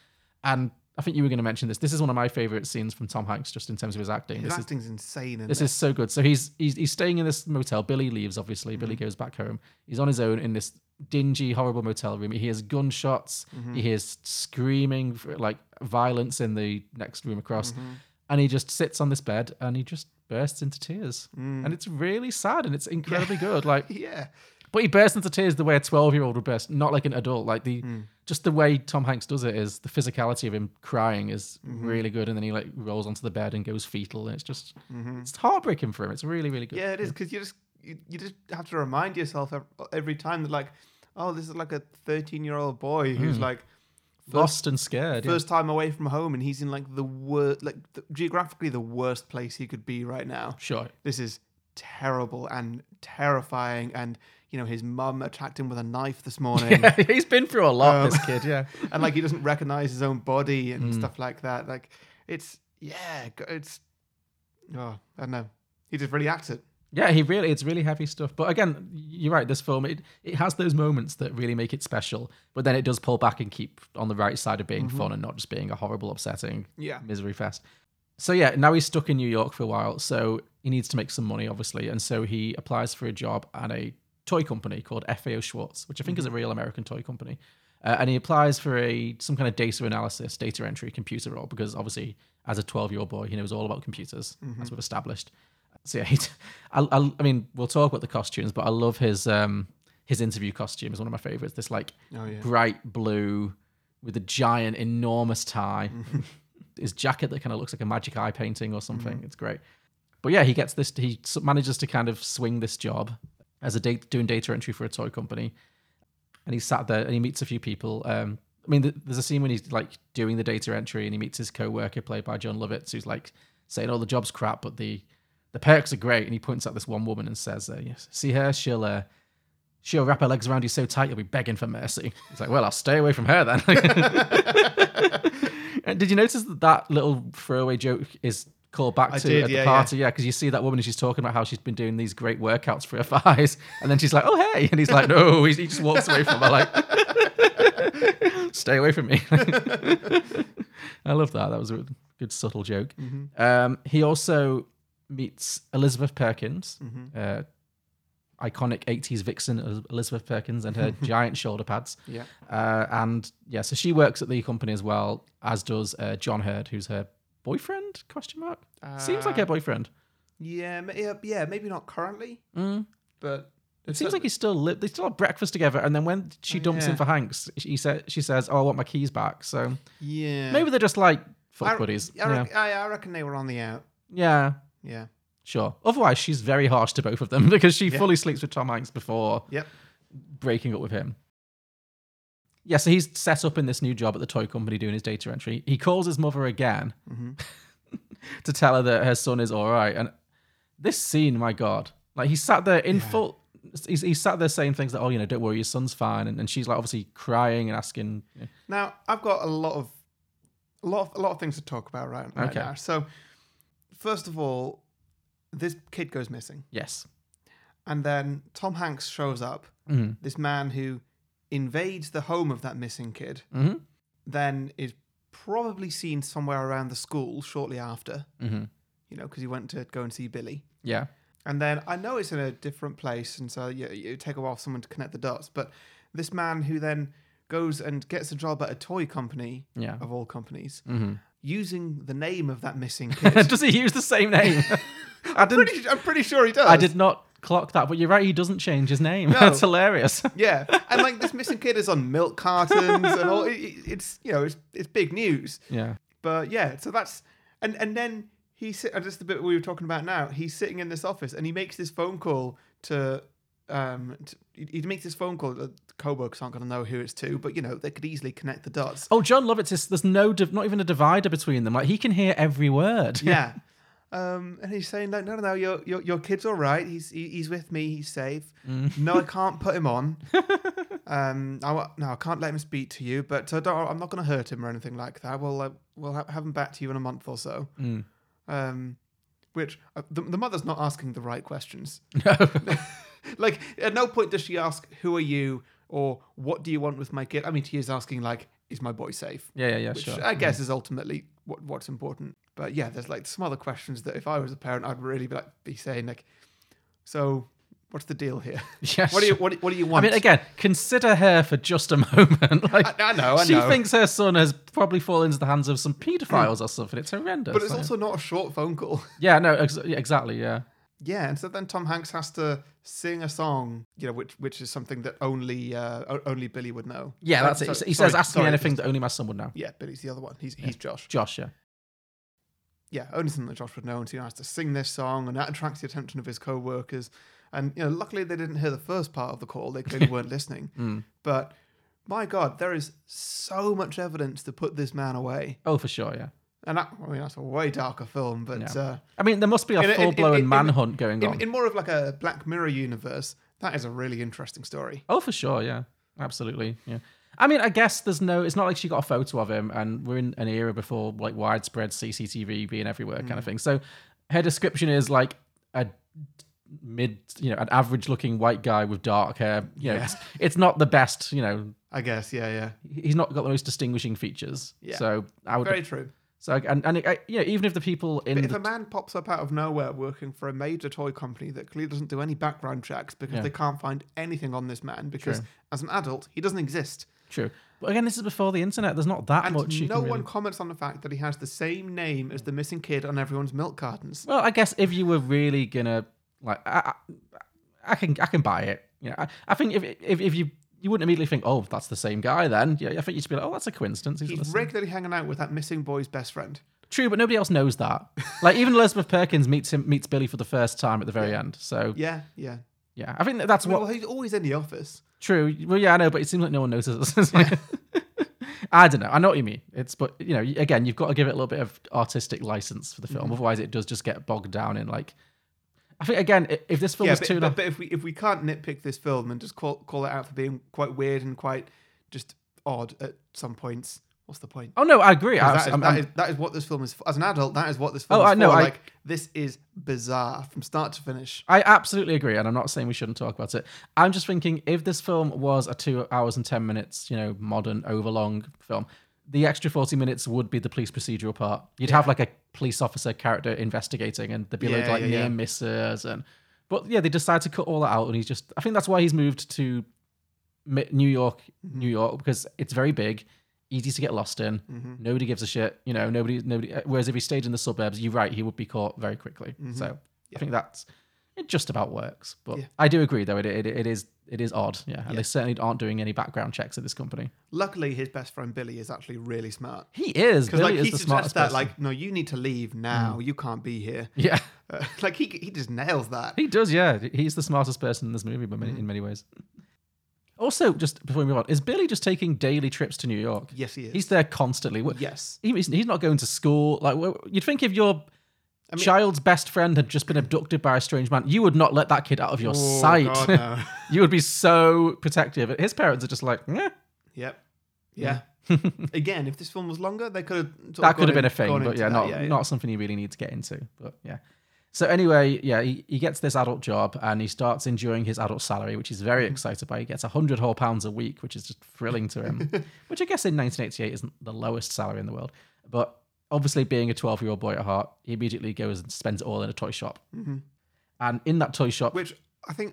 And I think you were going to mention this. This is one of my favorite scenes from Tom Hanks, just in terms of his acting. His this is acting's insane. Isn't this it? is so good. So he's he's he's staying in this motel. Billy leaves, obviously. Billy Mm-hmm. goes back home. He's on his own in this dingy, horrible motel room. He hears gunshots. Mm-hmm. He hears screaming, like violence in the next room across. Mm-hmm. And he just sits on this bed and he just bursts into tears. And it's really sad and it's incredibly good. Like Mm. <laughs> yeah. but he bursts into tears the way a 12 year old would burst, not like an adult. Like the Hmm. just the way Tom Hanks does it is the physicality of him crying is Mm-hmm. really good. And then he like rolls onto the bed and goes fetal. And it's just, it's heartbreaking for him. It's really, really good. Mm-hmm. Yeah, it is because you just you, you just have to remind yourself ev- every time that like, oh, this is like a thirteen-year-old boy who's like Lost and scared. Mm, yeah. first time away from home, and he's in like the worst, like the, geographically the worst place he could be right now. Sure. This is terrible and terrifying, and you know his mum attacked him with a <laughs> knife this morning, He's been through a lot, Oh. this kid. <laughs> Yeah. Mm. and like he doesn't recognize his own body and stuff like that. Like it's yeah, g- it's oh I don't know. He just really acts it. Yeah, he really it's really heavy stuff. But again, you're right, this film it it has those moments that really make it special, but then it does pull back and keep on the right side of being fun and not just being a horrible, upsetting Mm-hmm. Yeah. misery fest. So yeah, now he's stuck in New York for a while, so he needs to make some money, obviously. And so he applies for a job at a toy company called FAO Schwartz, which I think is a real American toy company. Uh, and he applies for a some kind of data analysis, data entry, computer role, because obviously, as a 12 year old boy, he knows all about computers, as we've established. So yeah, <laughs> he'd- I, I, I mean, we'll talk about the costumes, but I love his um his interview costume is one of my favorites. This like yeah. bright blue with a giant, enormous tie, his jacket that kind of looks like a magic eye painting or something. It's great. But yeah, he gets this. He s- manages to kind of swing this job as a date doing data entry for a toy company, and he's sat there and he meets a few people. Um, I mean, th- there's a scene when he's like doing the data entry and he meets his co-worker played by John Lovitz, who's like saying, "Oh, the job's crap, but the the perks are great." And he points at this one woman and says, uh, "Yes, see her? She'll uh, she'll wrap her legs around you so tight you'll be begging for mercy." He's like, "Well, I'll stay away from her then." <laughs> and did you notice that that little throwaway joke is called back to did, at yeah, the yeah. party? Yeah, because you see that woman and she's talking about how she's been doing these great workouts for her <laughs> thighs, and then she's like, "Oh hey," and he's like, "No," he he just walks away from her like. <laughs> Stay away from me. <laughs> I love that. That was a good subtle joke. Mm-hmm. Mm-hmm. Um, he also meets Elizabeth Perkins. Uh, iconic 80s vixen Elis- Elizabeth Perkins <laughs> and her giant shoulder pads. Yeah. Uh, and yeah, so she works at the company as well, as does uh, John Hurd, who's her boyfriend? Question mark. Seems Uh, like her boyfriend. Yeah, ma- yeah, yeah, maybe not currently, but Mm. It seems like he's still li- they still have breakfast together, and then when she dumps Oh, yeah. him for Hanks, she said she says, "Oh, I want my keys back." So yeah. maybe they're just like I, fuck buddies. I, yeah. rec- I, I reckon they were on the out. yeah, Yeah. sure. Otherwise, she's very harsh to both of them <laughs> because she fully sleeps with Tom Hanks before Yep. breaking up with him. Yeah, so he's set up in this new job at the toy company doing his data entry. He calls his mother again Mm-hmm. <laughs> to tell her that her son is all right. And this scene, my God, like he sat there in full. He's, he's sat there saying things like, "Oh, you know, don't worry, your son's fine," and, and she's like obviously crying and asking. you know, Now I've got a lot of, a lot of, a lot of things to talk about right, right Okay. now. So, first of all, this kid goes missing, yes, and then Tom Hanks shows up. Mm-hmm. This man who invades the home of that missing kid, Mhm. then is probably seen somewhere around the school shortly after. Mm-hmm. You know, because he went to go and see Billy. yeah, <laughs> And then I know it's in a different place, and so yeah, it would take a while for someone to connect the dots. But this man who then goes and gets a job at a toy company, Yeah. Mm-hmm. of all companies, using the name of that <laughs> missing kid. does he use the same <laughs> name? I didn't, pretty, I'm pretty sure he does. I did not clock that, but you're right. He doesn't change his name. <laughs> That's hilarious. <laughs> Yeah, and like this missing kid is on milk cartons and all. It, it- it's you know it's it's big news. yeah, But yeah, so that's and and then he sit and just the bit we were talking about now. He's sitting in this office and he makes this phone call to um to, he he makes this phone call. The coworkers aren't going to know who it's to, but you know they could easily connect the dots. Oh, John Lovitz, is, there's no, div- not even a divider between them. Like he can hear every word. <laughs> Yeah. Um, and he's saying, like, no, no, no, your your, your kid's all right. He's he, he's with me. He's safe. No, I can't put him on. um, I, wa- no, I can't let him speak to you. But uh, don't, I'm not going to hurt him or anything like that. We'll uh, we'll ha- have him back to you in a month or so. Um, which uh, the, the mother's not asking the right <laughs> questions. <laughs> No. Like, at no point does she ask, "Who are you?" or "What do you want with my kid?" I mean, she is asking, like, "Is my boy safe?" yeah, yeah, yeah. which Sure. Mm. I guess is ultimately what what's important. But yeah, there's like some other questions that if I was a parent, I'd really be like be saying like, so what's the deal here? <laughs> Yeah, what do you sure. what, do- what do you I want? mean, again, consider her for just a <laughs> moment. Like, I- I know, I she know. thinks her son has probably fallen into the hands of some paedophiles or something. It's horrendous. but it's Like, also not a short phone call. yeah, no, ex- yeah, exactly, yeah, yeah, and so then Tom Hanks has to sing a song, you know, which which is something that only uh, o- only Billy would know. yeah. Like, That's it. so- He sorry, says, "Ask sorry, me anything that only my son would know." Yeah, Billy's the other one. He's he's Josh. Josh, yeah, yeah, only something that Josh would know, and so he has to sing this song, and that attracts the attention of his co-workers. And you know, luckily they didn't hear the first part of the call; they clearly <laughs> weren't listening. Hmm. But my God, there is so much evidence to put this man away, oh for sure, yeah. and that, I mean that's a way darker film, but Yeah. uh, I mean, there must be in a- a in- in- full blown in- manhunt going in, on. in more of like a Black Mirror universe, that is a really interesting story. Oh, for sure, yeah, absolutely, yeah. I mean, I guess there's no. It's not like she got a photo of him, and we're in an era before like widespread CCTV being everywhere, kind Mm. of thing. So her description is like a mid, you know, an average-looking white guy with dark hair. You know, Yeah. it's, it's not the best. You know, I guess, yeah, yeah, he's not got the most distinguishing features. Yeah. So I would. very true. so and and uh, you know, even if the people in But if the- a man pops up out of nowhere working for a major toy company that clearly doesn't do any background checks because Yeah. they can't find anything on this man because True. as an adult he doesn't exist. true, but again, this is before the internet. There's not that And much. you can no one really- comments on the fact that he has the same name as the missing kid on everyone's milk cartons. Well, I guess if you were really gonna like, I, I, I can I can buy it. You know, I, I think if, if if you you wouldn't immediately think, oh, that's the same guy. Then yeah, I think you'd be like, oh, that's a coincidence. He's got the He's same- regularly hanging out with that missing boy's best friend. True, but nobody else knows that. Like even Elizabeth Perkins meets him meets Billy for the first time at the very end. So yeah, Yeah, yeah. I think that that's what Well, he's always in the office. true. Well, yeah, I know, but it seems like no one notices. <laughs> It's like- I don't know. I know what you mean. It's but you know, again, you've got to give it a little bit of artistic license for the Mm-hmm. film. Otherwise, it does just get bogged down in like. I think again, i- if this film Yeah, was but, two and a half but, but if we if we can't nitpick this film and just call call it out for being quite weird and quite just odd at some points, whats the point? Oh no, I agree. I, That is, I'm- that, I'm- is, that is what this film is. For. As an adult, that is what this film Oh, is I know, for. I- like this is bizarre from start to finish. I absolutely agree, and I'm not saying we shouldn't talk about it. I'm just thinking if this film was a two hours and ten minutes, you know, modern overlong film, the extra forty minutes would be the police procedural part. You'd have like a police officer character investigating, and there'd be like, Yeah, like yeah, near yeah. misses and But yeah, they decide to cut all that out, and he's just. I think that's why he's moved to Mi- New York, Mm-hmm. New York, because it's very big, easy to get lost in. Mm-hmm. Nobody gives a shit, you know. Nobody, nobody. uh, Whereas if he stayed in the suburbs, you're right, he would be caught very quickly. So I think that's it. Just about works, but Mm-hmm. Yeah. I do agree though. It, it it is it is odd, yeah. And they certainly aren't doing any background checks at this company. Luckily, his best friend Billy is actually really smart. He is Because Billy like is he the suggests smartest that, person. <laughs> Hmm. like, no, you need to leave now. You can't be here. yeah. <laughs> Uh, like he he just nails that. He does, yeah. He's the smartest person in this movie, but many, in many ways. Also, just before we move on, is Billy just taking daily trips to New York? Yes, he is. He's there constantly. Wh- Yes. He- he's, he's not going to school. Like wh- you'd think, if your mean- child's best friend had just been abducted by a strange man, you would not let that kid out of your Oh, sight. God, no. <laughs> you would be so protective. His parents are just like, "Meh." Yep. Yeah. <laughs> Again, if this film was longer, they could have. sort of that could gone have been in- a thing, gone but into yeah, that. not not something you really need to get into. But yeah. So anyway, yeah, he, he gets this adult job and he starts enjoying his adult salary, which he's very Mm-hmm. excited by. He gets hundred whole pounds a week, which is just thrilling to <laughs> him. which I guess in 1988 isn't the lowest salary in the world, but obviously being a 12 year old boy at heart, he immediately goes and spends it all in a toy shop. And in that toy shop, Mm-hmm. Which I think,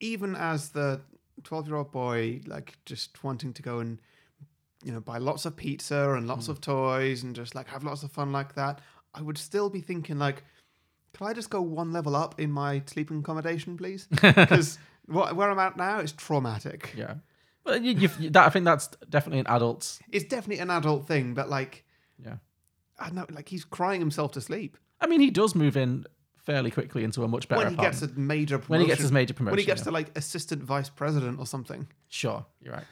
even as the twelve-year-old boy, like just wanting to go and you know buy lots of pizza and Hmm. lots of toys and just like have lots of fun like that, I would still be thinking like, can I just go one level up in my sleeping accommodation, please? <laughs> Because where I'm at now is traumatic. yeah, but you, you've, that I think that's definitely an adult. It's definitely an adult thing, but like, Yeah. I don't know, like he's crying himself to sleep. I mean, he does move in fairly quickly into a much better. when he gets apartment. a major promotion. When he gets his major When he promotion, gets yeah. to like assistant vice president or something. <laughs> Sure, you're right.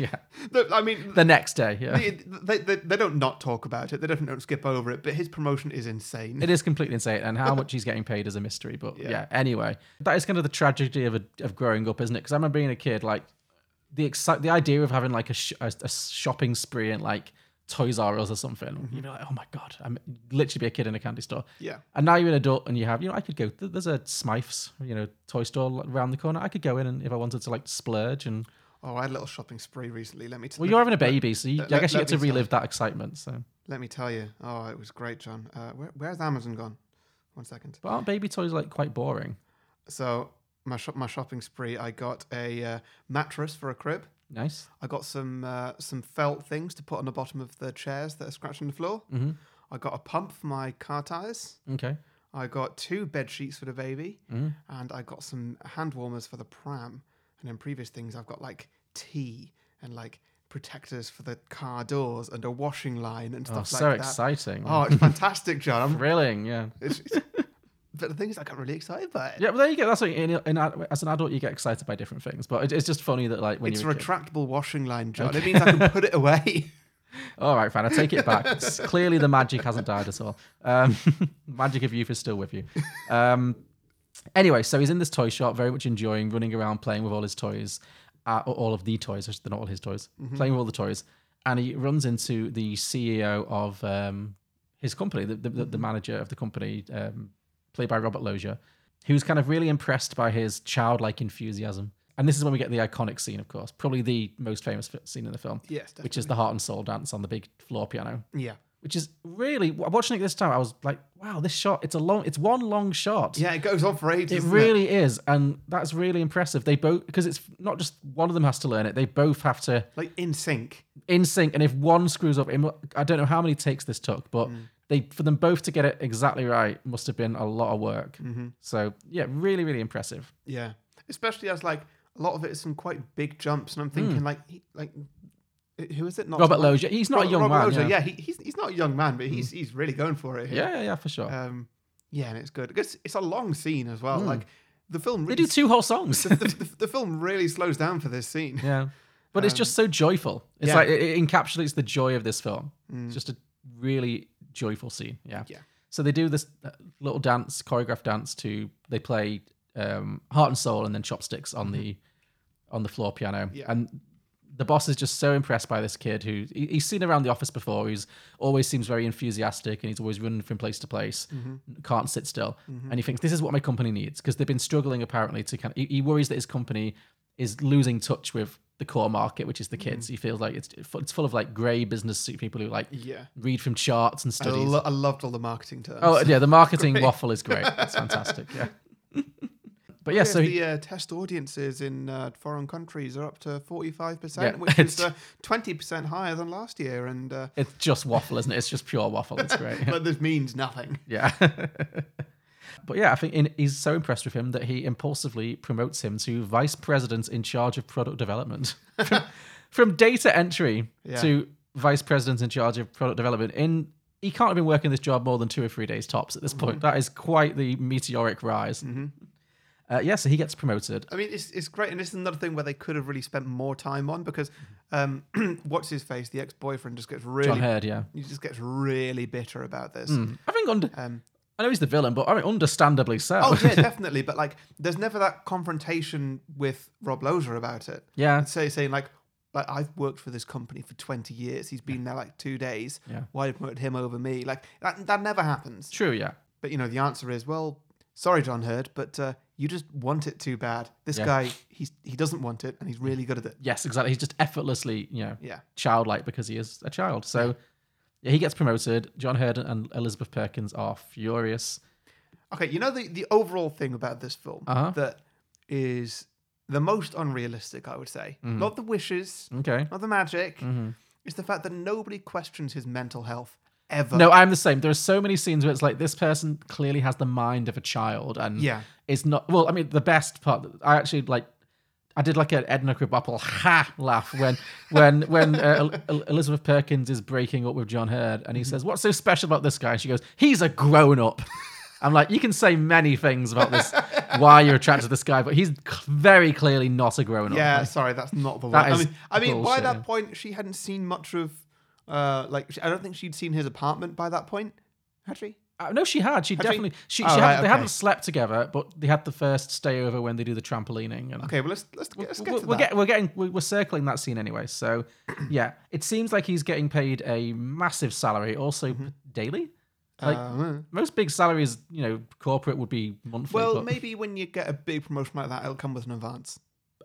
yeah. The- I mean, The next day, yeah. they, they, they, they don't not talk about it. They definitely don't skip over it. But his promotion is insane. it is completely insane, and how much he's getting paid is a mystery. But yeah, anyway, that is kind of the tragedy of a, of growing up, isn't it? Because I remember being a kid, like the exci- the idea of having like a, sh- a, a shopping spree and like Toys R Us or something. You'd be like, oh my god, I'm literally be a kid in a candy store. Mm-hmm. Yeah. And now you're an adult and you have, you know, I could go. th- There's a Smythe's, you know, toy store like, around the corner. I could go in and if I wanted to like splurge and Oh, I had a little shopping spree recently. Let me. T- well, you're having a baby, so you, let- I guess you get let to me tell- relive that excitement. So, Let me tell you. Oh, it was great, John. Uh, where, where's Amazon gone? One second. but aren't baby toys like quite boring? So my shop, my shopping spree. I got a uh, mattress for a crib. Nice. I got some uh, some felt things to put on the bottom of the chairs that are scratching the floor. Mm-hmm. I got a pump for my car tires. Okay. I got two bed sheets for the baby, Mm. and I got some hand warmers for the pram. And in previous things, I've got like tea and like protectors for the car doors and a washing line and stuff Oh, like so that. exciting. Oh, it's fantastic, John. I'm, <laughs> Thrilling, yeah. it's, it's- but the thing is, I got really excited by it. Yeah, well, there you go. That's what in, in, as an adult you get excited by different things, but it, it's just funny that like when It's a you're a kid- retractable washing line, John. It means I <laughs> can put it away. all right, fine, I take it <laughs> back. It's clearly, the magic hasn't died at all. Um, <laughs> magic of youth is still with you. Um, anyway, so he's in this toy shop, very much enjoying running around playing with all his toys, uh, or all of the toys. They're not all his toys. Playing with all the toys, and he runs into the CEO of um, his company, the, the, the the manager of the company, um, played by Robert Loggia, who's kind of really impressed by his childlike enthusiasm. And this is when we get the iconic scene, of course, probably the most famous fi- scene in the film, Yes, which is the heart and soul dance on the big floor piano yeah. which is really watching it this time. I was like, wow, this shot. It's a long. It's one long shot. Yeah, it goes on for ages. It doesn't really is, and that's really impressive. They both because it's not just one of them has to learn it. They both have to Like in sync. in sync. And if one screws up, it mu- I don't know how many takes this took, but they for them both to get it exactly right must have been a lot of work. So yeah, really, really impressive. Yeah, especially as like a lot of it is some quite big jumps, and I'm thinking like he, like who is it? Not Hmm. Robert Loggia. He's not a young man. Loggia, yeah. yeah, he, he's he's not a young man, but he's he's really going for it. yeah, Here. yeah, yeah, for sure. Um, yeah, and it's good. It's it's a long scene as well. Like the film, they really, do two whole <laughs> songs. the, the, the film really slows down for this scene. <laughs> Yeah. But it's just so joyful. It's Um, yeah. Mm. like it, it encapsulates the joy of this film. It's just a really joyful scene. Yeah. Yeah. So they do this uh, little dance, choreographed dance to they play um, Heart and Soul and then Chopsticks on the on the floor piano. Mm-hmm. Yeah. And the boss is just so impressed by this kid who he- he's seen around the office before. He's always seems very enthusiastic and he's always running from place to place, Mm-hmm. can't sit still. And he thinks this is what my company needs because they've been struggling apparently to kind of, he, he worries that his company is losing touch with the core market, which is the Mm. kids. He feels like it's it's full of like grey business people who like Yeah. read from charts and I, studies. lo- I loved all the marketing terms. oh yeah, the marketing waffle is great. It's fantastic. <laughs> Yeah. But yeah, Yes, so he, the uh, test audiences in uh, foreign countries are up to 45%, Yeah. which <laughs> is uh, 20% higher than last year. And uh, it's just waffle, isn't it? It's just pure waffle. It's great. but this means nothing. Yeah. <laughs> but yeah, I think in, he's so impressed with him that he impulsively promotes him to vice president in charge of product development. <laughs> from, from data entry Yeah. to vice president in charge of product development in he can't have been working this job more than two or three days tops at this point. Mm-hmm. That is quite the meteoric rise. Uh, yeah, so he gets promoted. I mean, it's, it's great. And this is another thing where they could have really spent more time on because um, <clears throat> what's his face? The ex boyfriend just gets really. John Heard, yeah. He just gets really bitter about this. I think under, Um, I know he's the villain, but I mean, understandably so. Oh yeah, definitely. But like, there's never that confrontation with Rob Lozer about it. <laughs> Yeah. say saying like, like I've worked for this company for 20 years. He's been there like two days. Yeah. Why did you promote him over me? Like that, that never happens. True, yeah. But you know, the answer is well, sorry, John Hurd, but uh, you just want it too bad. This Yeah. guy, he's he doesn't want it, and he's really good at it. Yes, exactly. He's just effortlessly, you know, Yeah. childlike because he is a child. So yeah, he gets promoted. John Hurd and Elizabeth Perkins are furious. Okay, you know the the overall thing about this film Uh-huh. that is the most unrealistic, I would say. Not the wishes, Okay. not the magic. It's the fact that nobody questions his mental health ever. No, I'm the same. There are so many scenes where it's like this person clearly has the mind of a child and Yeah. it's not well, I mean the best part I actually like I did like an Edna Krabappel ha laugh when when when uh, El- El- Elizabeth Perkins is breaking up with John Hurd Mm-hmm. and he says, "What's so special about this guy?" And she goes, "He's a grown up." I'm like, you can say many things about this why you're attracted to this guy, but he's c- very clearly not a grown up. Yeah, sorry, that's not the That one. I is mean, I mean, by bullshit, that yeah. point, she hadn't seen much of, uh, like, she- I don't think she'd seen his apartment by that point, had she? Uh, no, she had. She she? definitely. She, Oh, she right, hadn't, okay. They hadn't slept together, but they had the first stay over when they do the trampolining. And Okay, well, let's let's, let's get we're, to we're that. get- we're getting we're, we're circling that scene anyway. So <clears throat> yeah, it seems like he's getting paid a massive salary, also Mm-hmm. daily. Like Uh, most big salaries, you know, corporate would be monthly. well, but maybe when you get a big promotion like that, it'll come with an advance,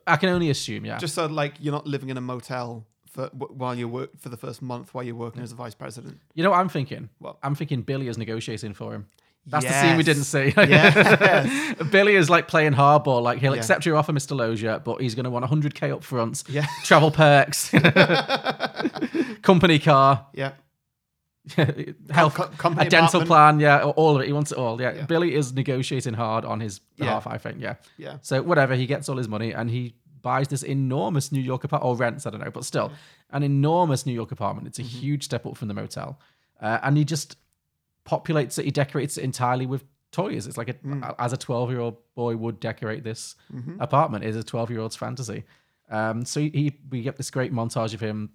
I can only assume. Yeah, just so like you're not living in a motel for wh- while you work for the first month while you're working as a vice president. you know what I'm thinking. What? I'm thinking Billy is negotiating for him. That's the scene we didn't see. Yes. <laughs> Yes. <laughs> Billy is like playing hardball. Like he'll accept your offer, Mister Lozier, but he's going to want 100k up front. Yeah. Travel <laughs> perks, <laughs> company car, Yeah, <laughs> health, co- company a dental apartment. plan. Yeah, all of it. He wants it all. Yeah. Yeah. Billy is negotiating hard on his Yeah. behalf. I think. Yeah. yeah. So whatever, he gets all his money and he buys this enormous New York apartment or rents, I don't know, but still an enormous New York apartment. It's a Mm-hmm. huge step up from the motel, uh, and he just populates it. He decorates it entirely with toys. It's like a, Mm. as a twelve-year-old boy would decorate this Mm-hmm. apartment. It is a twelve-year-old's fantasy. Um, so he, he we get this great montage of him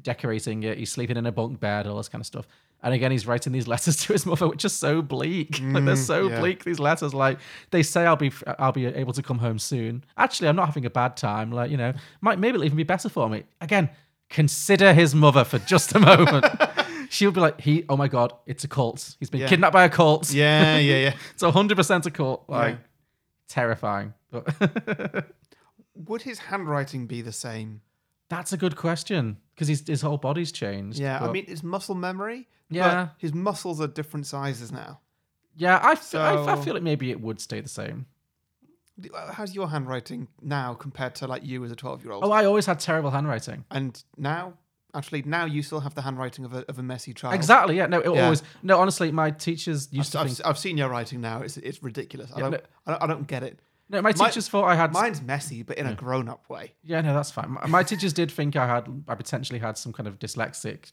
decorating it. He's sleeping in a bunk bed, all this kind of stuff. And again, he's writing these <laughs> letters to his mother, which are so bleak. <laughs> like they're so Mm, yeah. bleak. These letters, like they say, "I'll be, I'll be able to come home soon." Actually, I'm not having a bad time. Like you know, might maybe it'll even be better for me. Again, consider his mother for just a <laughs> moment. She'll be like, "He, oh my god, it's a cult. He's been Yeah. kidnapped by a cult. Yeah, yeah, yeah. it's 100 percent a cult. Like Yeah. terrifying." But <laughs> <laughs> Would his handwriting be the same? that's a good question because his his whole body's changed. Yeah, I but- mean, it's muscle memory. Yeah. but his muscles are different sizes now. yeah, I, f- I f- I So- feel like maybe it would stay the same. Do- uh, How's your handwriting now compared to like you as a 12 year old? Oh, I always had terrible handwriting. and now, actually, now you still have the handwriting of a, of a messy child. Exactly. Yeah. No. It Yeah. always. No. Honestly, my teachers used to I've, think. I've seen your writing now. It's it's ridiculous. I, don't, no. I don't I don't get it. No, my my- teachers thought I had. Mine's messy, but in a grown up way. yeah. No, that's fine. My, my teachers did think I had. I potentially had some kind of dyslexic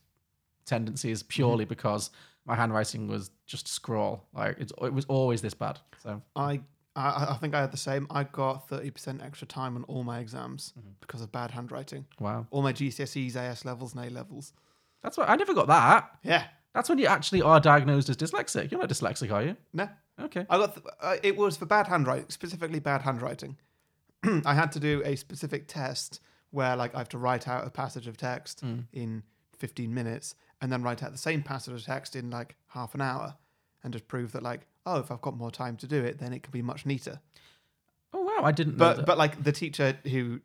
tendencies purely Mm-hmm. because my handwriting was just scrawl. Like it's, it was always this bad. So I I, I think I had the same. I got thirty percent extra time on all my exams because of bad handwriting. wow. All my GCSEs, AS levels, and A levels. That's what I never got that. Yeah, That's when you actually are diagnosed as dyslexic. You're not dyslexic, are you? no, Okay. I got th- uh, it was for bad handwriting, specifically bad handwriting. <clears throat> I had to do a specific test where like I have to write out a passage of text in 15 minutes and then write out the same passage of text in like half an hour and just prove that like oh if I've got more time to do it then it can be much neater. Oh wow, I didn't know But that. but like the teacher who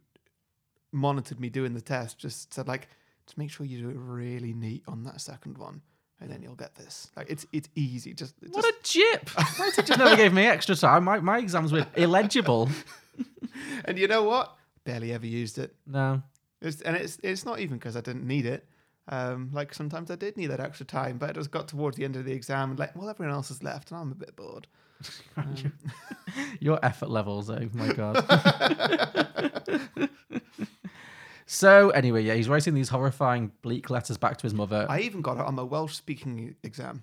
monitored me doing the test just said like, just make sure you do it really neat on that second one, and then you'll get this. Like it's it's easy. Just, What just a jip! <laughs> My teachers never gave me extra time. My, my exams were illegible. and you know what? Barely ever used it. <laughs> No. It's, and it's it's not even because I didn't need it. Um, like sometimes I did need that extra time, but it just got towards the end of the exam and like, well, everyone else has left, and I'm a bit bored. Your effort levels, oh my <laughs> god. so anyway, yeah, he's writing these horrifying, bleak letters back to his mother. I even got it on my Welsh speaking exam.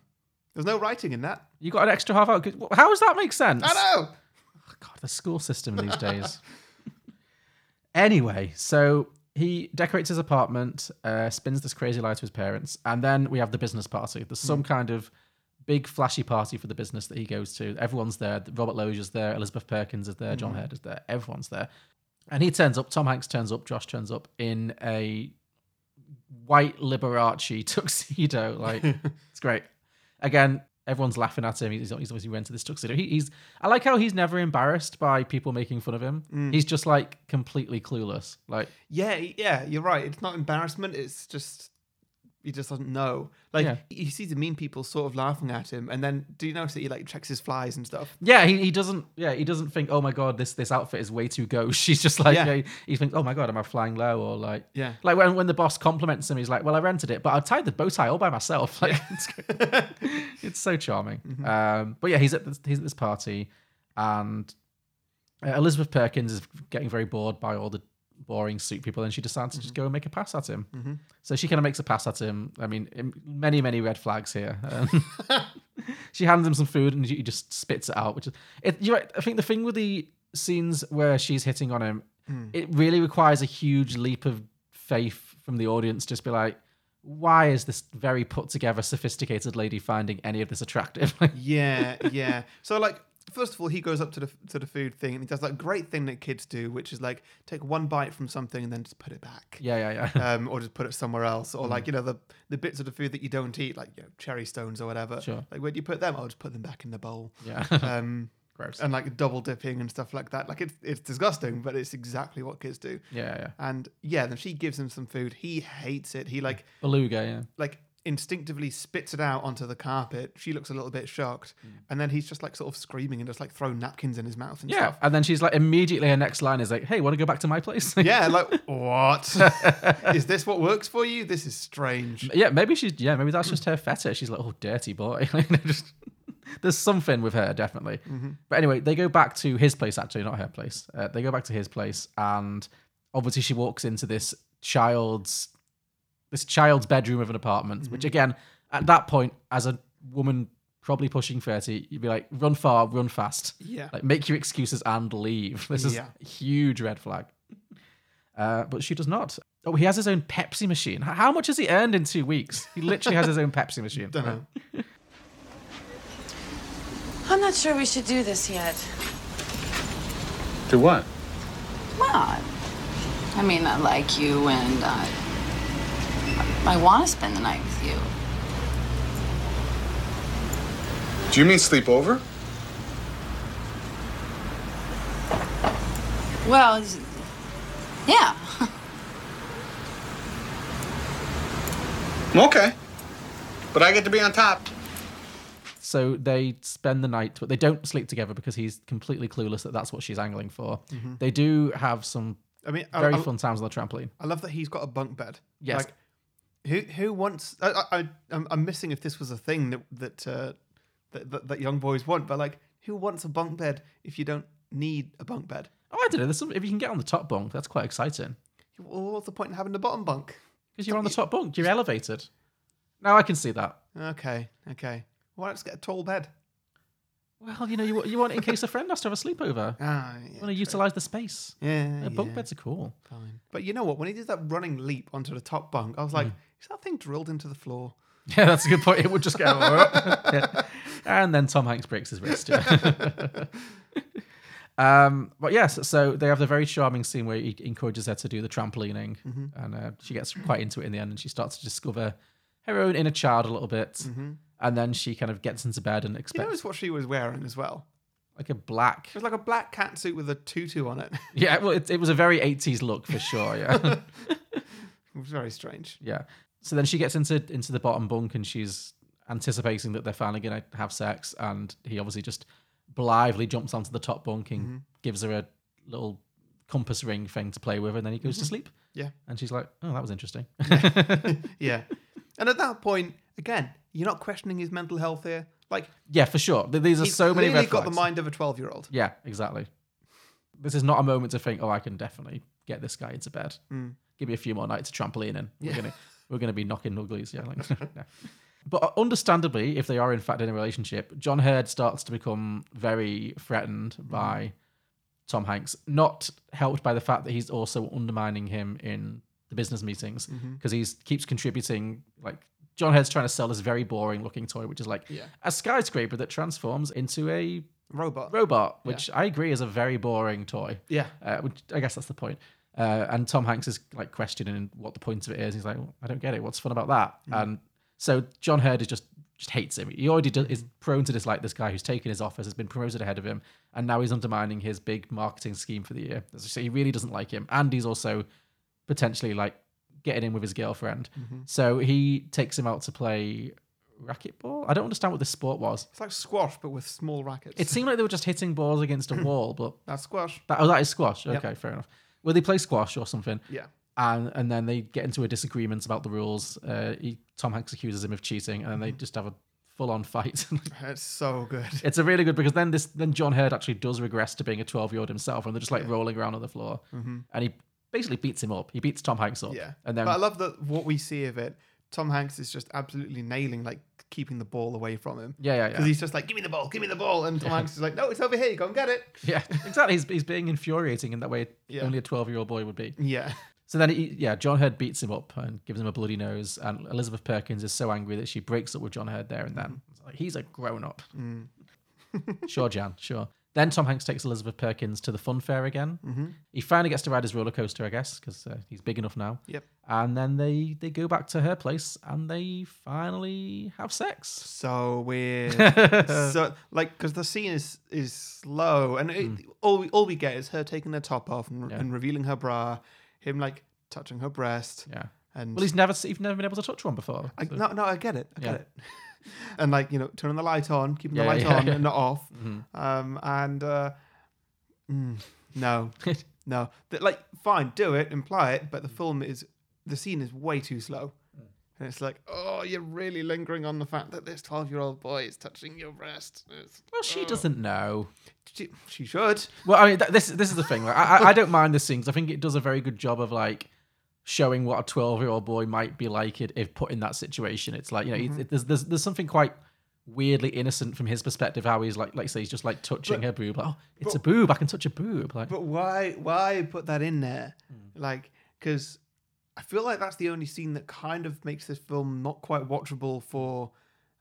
There's no writing in that. you got an extra half hour. Good- How does that make sense? I know. God, the school system these days. <laughs> anyway, so he decorates his apartment, uh, spins this crazy lie to his parents, and then we have the business party. There's some kind of big flashy party for the business that he goes to. Everyone's there. Robert Loggia's there. Elizabeth Perkins is there. John Heard is there. Everyone's there. And he turns up. Tom Hanks turns up. Josh turns up in a white Liberace <laughs> tuxedo. Like it's great. Again, everyone's laughing at him. He's, he's obviously went to this tuxedo. He, he's I like how he's never embarrassed by people making fun of him. He's just like completely clueless. Like Yeah, yeah, you're right. It's not embarrassment. It's just he just doesn't know. Like Yeah. he sees the mean people sort of laughing at him, and then do you notice that he like checks his flies and stuff? yeah, he, he doesn't yeah he doesn't think oh my god this this outfit is way too gauche. <laughs> He's just like Yeah. yeah. he, he thinks oh my god am I flying low or like Yeah. like when when the boss compliments him he's like well I rented it but I tied the bow tie all by myself. <laughs> Like it's, <laughs> it's so charming. Um, but yeah he's at this, he's at this party and uh, Elizabeth Perkins is getting very bored by all the boring suit people, and she decides to just go and make a pass at him. So she kind of makes a pass at him. I mean, im- many, many red flags here. Um, <laughs> she hands him some food, and he just spits it out. Which is, it, you're right. I think the thing with the scenes where she's hitting on him, it really requires a huge leap of faith from the audience. Just be like, why is this very put together, sophisticated lady finding any of this attractive? <laughs> Like, Yeah, yeah. <laughs> so like, first of all, he goes up to the to the food thing and he does that great thing that kids do, which is like take one bite from something and then just put it back. yeah, Mm. yeah, yeah. Um, or just put it somewhere else, or like you know the the bits of the food that you don't eat, like you know, cherry stones or whatever. Sure. Like where do you put them? I'll just put them back in the bowl. <laughs> yeah. Um, <laughs> Gross. and like double dipping and stuff like that. Like it's it's disgusting, but it's exactly what kids do. Yeah, yeah. And yeah, then she gives him some food. He hates it. He like Beluga, yeah. like instinctively spits it out onto the carpet. She looks a little bit shocked, Mm. and then he's just like sort of screaming and just like throwing napkins in his mouth and Yeah, stuff. and then she's like, immediately her next line is like, "Hey, want to go back to my place?" <laughs> Yeah, like what? Is this what works for you? This is strange. yeah. Maybe she's yeah, maybe that's just her fetish. She's like, "Oh, dirty boy." <laughs> Just- there's something with her definitely. Mm-hmm. But anyway, they go back to his place actually, not her place. Uh, they go back to his place, and obviously she walks into this child's this child's bedroom of an apartment. Mm-hmm. Which again, at that point, as a woman probably pushing thirty, you'd be like, "Run far, run fast." Yeah. like make your excuses and leave. <laughs> This is Yeah. a huge red flag. Uh, but she does not. Oh, he has his own Pepsi machine. H- How much has he earned in two weeks? He literally has his own Pepsi machine. Don't know. I'm not sure we should do this yet. Do what? Well, I mean, I like you and uh, I want to spend the night with you. Do you mean sleep over? Well, yeah. <laughs> Okay. But I get to be on top. <laughs> So they spend the night, but they don't sleep together because he's completely clueless that that's what she's angling for. They do have some I mean, I, very I- fun times on the trampoline. I love that he's got a bunk bed. Yes. Like, who who wants? I I I- I'm, I'm missing if this was a thing that that, uh, that that that young boys want, but like, who wants a bunk bed if you don't need a bunk bed? Oh, I don't know. There's some, if you can get on the top bunk, that's quite exciting Well, what's the point in having the bottom bunk? because you're on the top bunk, you're elevated. Now I can see that. Okay, okay. Why not just get a tall bed? Well, you know, you, wa- you want it in case a friend has to have a <laughs> sleepover. Ah, yeah. You want to utilize the space. yeah, Uh, bunk yeah, beds are cool. fine. But you know what? When he did that running leap onto the top bunk, I was Hmm. like, is that thing drilled into the floor? <laughs> Yeah, that's a good point. It would just go. Yeah. <laughs> And then Tom Hanks breaks his wrist. yeah. <laughs> um, but yes, so they have the very charming scene where he encourages her to do the trampolining, and uh, she gets quite into it in the end, and she starts to discover her own inner Mm-hmm. child a little bit, and then she kind of gets into bed and Do you expects. notice what she was wearing as well? like a black. was like a black cat suit with a tutu on it. <laughs> it Yeah, well, it, it was a very 80s look for sure. <laughs> Yeah. was very strange. yeah. So then she gets into into the bottom bunk and she's anticipating that they're finally going to have sex. And he obviously just blithely jumps onto the top bunk and Mm-hmm. gives her a little compass ring thing to play with. And then he goes Mm-hmm. to sleep. Yeah. And she's like, oh, that was interesting. <laughs> Yeah. and at that point, again, you're not questioning his mental health here. Like yeah, for sure. Th- These are he's so many clearly red got flags. the mind of a twelve year old. Yeah, exactly. This is not a moment to think, oh, I can definitely get this guy into bed. Give me a few more nights of trampoline in. We're gonna we're gonna be knocking uglies. Yeah, like <laughs> no. But uh, understandably, if they are in fact in a relationship, John Hurd starts to become very threatened by Tom Hanks, not helped by the fact that he's also undermining him in the business meetings because he's keeps contributing like John Hurd's trying to sell this very boring looking toy, which is like a skyscraper that transforms into a Robot. robot, which I agree is a very boring toy. Yeah. Uh, which I guess that's the point. Uh, and Tom Hanks is like questioning what the point of it is. He's like, "Well, I don't get it. What's fun about that? And so John Hurd is just just hates him. He already do, is prone to dislike this guy who's taken his office, has been promoted ahead of him, and now he's undermining his big marketing scheme for the year. So he really doesn't like him, and he's also potentially like getting in with his girlfriend. So he takes him out to play racquetball. I don't understand what this sport was. It's like squash but with small rackets. It seemed like they were just hitting balls <clears throat> against a wall, but that's squash. that, oh, that is squash. Okay, fair enough. Well, they play squash or something, Yeah. and and then they get into a disagreement about the rules. Uh, he, Tom Hanks accuses him of cheating, and then Mm-hmm. they just have a full-on fight. <laughs> It's so good. it's a really good because then this then John Hurd actually does regress to being a twelve-year-old himself, and they're just like rolling around on the floor, and he basically beats him up. He beats Tom Hanks up, Mm-hmm. Yeah. and then but I love that what we see of it. Tom Hanks is just absolutely nailing like keeping the ball away from him. Yeah, <laughs> yeah, yeah. Because he's just like, give me the ball, give me the ball, and Tom Hanks is like, no, it's over here, go and get it. yeah, exactly. He's, he's being infuriating in that way Yeah. only a twelve-year-old boy would be. <laughs> Yeah. So then, he, yeah, John Hurd beats him up and gives him a bloody nose. And Elizabeth Perkins is so angry that she breaks up with John Hurd there and Mm. then. It's like, He's a grown up. <laughs> sure, Jan, sure. Then Tom Hanks takes Elizabeth Perkins to the fun fair again. Mm-hmm. He finally gets to ride his roller coaster, I guess, because uh, he's big enough now. Yep. And then they they go back to her place and they finally have sex. <laughs> So weird. so like, because the scene is is slow, and it, Mm. all we all we get is her taking her top off and, and revealing her bra, him like touching her breast. Yeah. And Well, he's never se- he's never been able to touch one before. I, So- no, no, I get it. I Yeah. get it. <laughs> and like you know, turning the light on, keeping the Yeah, light yeah, on yeah. Mm-hmm. and not off. Um, and uh, mm, <laughs> no, no, Th- like fine, do it, imply it, but the Mm. film is the scene is way too slow. And it's like, oh, you're really lingering on the fact that this 12 year old boy is touching your breast. It's- well, she doesn't know. she, she should. Well, I mean, th- this this is the thing. Like, I, I- I don't mind this scene 'cause I think it does a very good job of like showing what a twelve-year-old boy might be like if, if put in that situation. It's like you know, Mm-hmm. it, it, there's, there's there's something quite weirdly innocent from his perspective. How he's like, like say, he's just like touching her boob. Like, oh, it's a boob. I can touch a boob. Like, But why why put that in there? Like, because I feel like that's the only scene that kind of makes this film not quite watchable for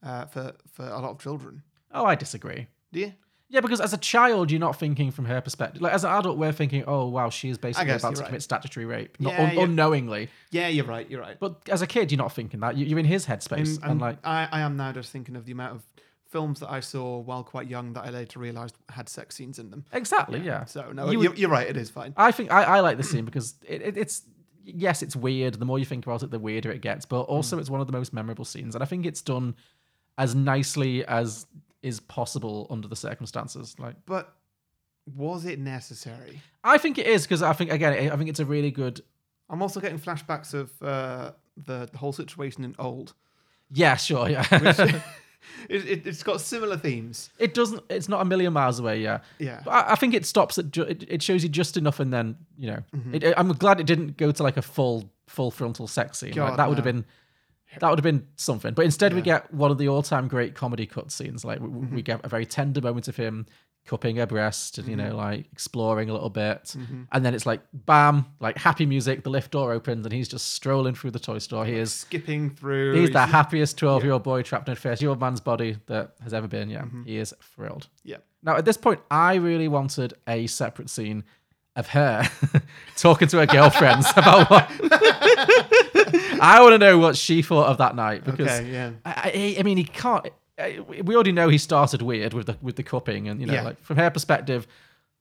uh, for for a lot of children. oh, I disagree. Do you? Yeah, because as a child, you're not thinking from her perspective. Like as an adult, we're thinking, oh wow, she is basically guess about to you're right. commit statutory rape, not Yeah, un- yeah. unknowingly. Yeah, you're right. You're right. But as a kid, you're not thinking that. You- You're in his headspace, I'm, and like, I, I am now just thinking of the amount of films that I saw while quite young that I later realised had sex scenes in them. exactly, yeah. So no, You- you, Uh, you're right. It is fine. I think I, I like this scene because it, it, it's yes, it's weird. The more you think about it, the weirder it gets. But also, it's one of the most memorable scenes, and I think it's done as nicely as is possible under the circumstances. Like But was it necessary? I think it is because I think again, I think it's a really good. I'm also getting flashbacks of uh, the, the whole situation in Old. Yeah, sure, yeah. It, it, it's got similar themes. it doesn't. It's not a million miles away. Yeah, Yeah. But I, I think it stops at. Ju- it, it shows you just enough, and then you know. Mm-hmm. It, I'm glad it didn't go to like a full full frontal sex scene. Like, God, that would have no. been. That would have been something, but instead we get one of the all-time great comedy cut scenes. Like we, we Mm-hmm. get a very tender moment of him cupping her breast, and you know, like exploring a little bit, Mm-hmm. and then it's like bam, like happy music. The lift door opens, and he's just strolling through the toy store. He is skipping through. He's the happiest 12 year old boy trapped in a 30 year old man's body that has ever been. Yeah, Mm-hmm. he is thrilled. Yeah. Now, at this point, I really wanted a separate scene of her <laughs> talking to her girlfriends <laughs> about what. I want to know what she thought of that night because Okay, yeah. I, I, I mean, he can't. eh, we we already know he started weird with the with the cupping, and you know, Yeah. like from her perspective,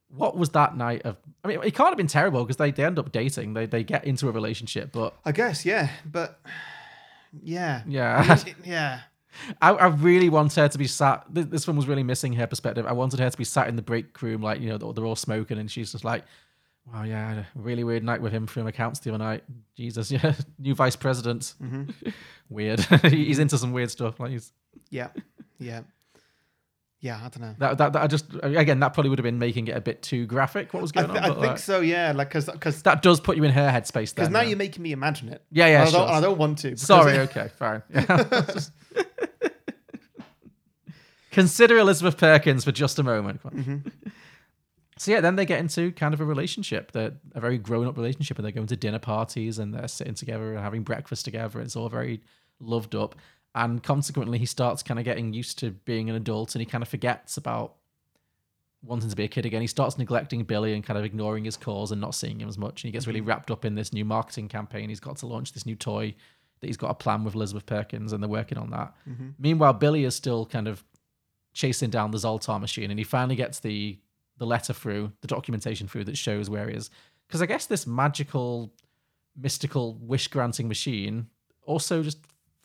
what was that night of? I mean, it can't have been terrible because they, they end up dating, they they get into a relationship, but I guess, yeah, but yeah, yeah, It- yeah. I, I really want her to be sat. This, this one was really missing her perspective. I wanted her to be sat in the break room, like you know, they're, they're all smoking, and she's just like, "Wow, yeah, I had a really weird night with him from accounts the other night. Jesus, <laughs> yeah, new vice president, Mm-hmm. <laughs> weird. He- he's into some weird stuff. Like he's Yeah, yeah, yeah. I don't know. that, that, that. I just again, that probably would have been making it a bit too graphic. What was I, going th- on? I but, think like, so. Yeah, like because because That does put you in her headspace. Because now you're making me imagine it. Yeah, yeah, And I don't, sure. and I don't want to. because- Sorry, okay, fine. <laughs> Yeah. Consider Elizabeth Perkins for just a moment. Come on. So yeah, then they get into kind of a relationship, they're a very grown-up relationship, and they're going to dinner parties and they're sitting together and having breakfast together. It's all very loved up, and consequently, he starts kind of getting used to being an adult, and he kind of forgets about wanting to be a kid again. He starts neglecting Billy and kind of ignoring his calls and not seeing him as much. And he gets really wrapped up in this new marketing campaign. He's got to launch this new toy that he's got a plan with Elizabeth Perkins, and they're working on that. Meanwhile, Billy is still kind of chasing down the Zoltar machine, and he finally gets the the letter through, the documentation through that shows where he is. Because I guess this magical, mystical wish granting machine also just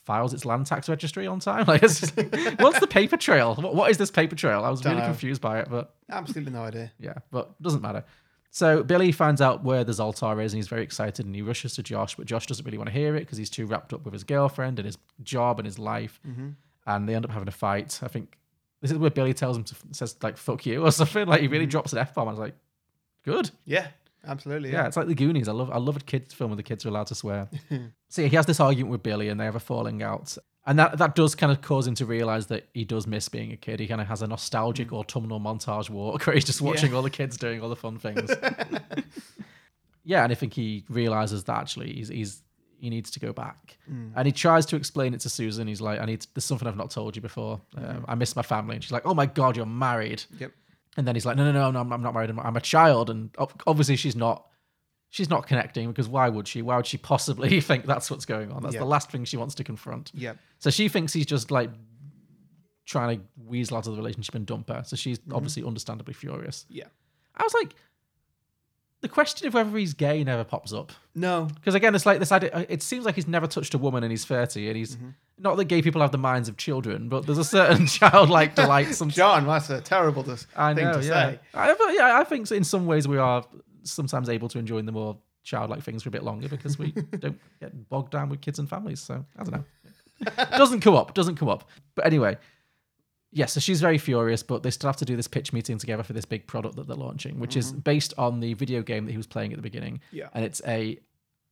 files its land tax registry on time. <laughs> Like, it's just, what's the paper trail? What, what is this paper trail? I was really Dunno. confused by it, but Absolutely no idea. yeah, but doesn't matter. So Billy finds out where the Zoltar is and he's very excited and he rushes to Josh, but Josh doesn't really want to hear it because he's too wrapped up with his girlfriend and his job and his life. And they end up having a fight. I think this is where Billy tells him to says like "fuck you" or something. Like he really drops an f bomb. I was like, good. Yeah, absolutely. Yeah, it's like the Goonies. I love I love a kids film where the kids are allowed to swear. so yeah, he has this argument with Billy, and they have a falling out, and that that does kind of cause him to realize that he does miss being a kid. He kind of has a nostalgic autumnal montage walk <laughs> where he's just watching all the kids doing all the fun things. yeah, and I think he realizes that actually he's he's he needs to go back, and he tries to explain it to Susan. He's like, I need there's something I've not told you before. Um, I miss my family, and she's like, Oh my god, you're married. Yep. And then he's like, no, no, no, no I'm, I'm not married. I'm, I'm a child. And ob- obviously she's not, she's not connecting because why would she? Why would she possibly <laughs> think that's what's going on? That's Yeah. the last thing she wants to confront. Yep. So she thinks he's just like trying to weasel out of the relationship and dump her. So she's obviously understandably furious. Yeah. I was like, the question of whether he's gay never pops up. No. Because again, it's like this idea. It seems like he's never touched a woman, and he's thirty, and he's not that gay people have the minds of children, but there's a certain <laughs> childlike <laughs> delight sometimes. John, that's a terrible dis- I thing know, to yeah. say. I, but yeah, I think in some ways we are sometimes able to enjoy the more childlike things for a bit longer because <laughs> we don't get bogged down with kids and families. So I don't know. doesn't come up. Doesn't come up. But anyway, yeah. So she's very furious, but they still have to do this pitch meeting together for this big product that they're launching, which is based on the video game that he was playing at the beginning. Mm-hmm. Yeah. and it's a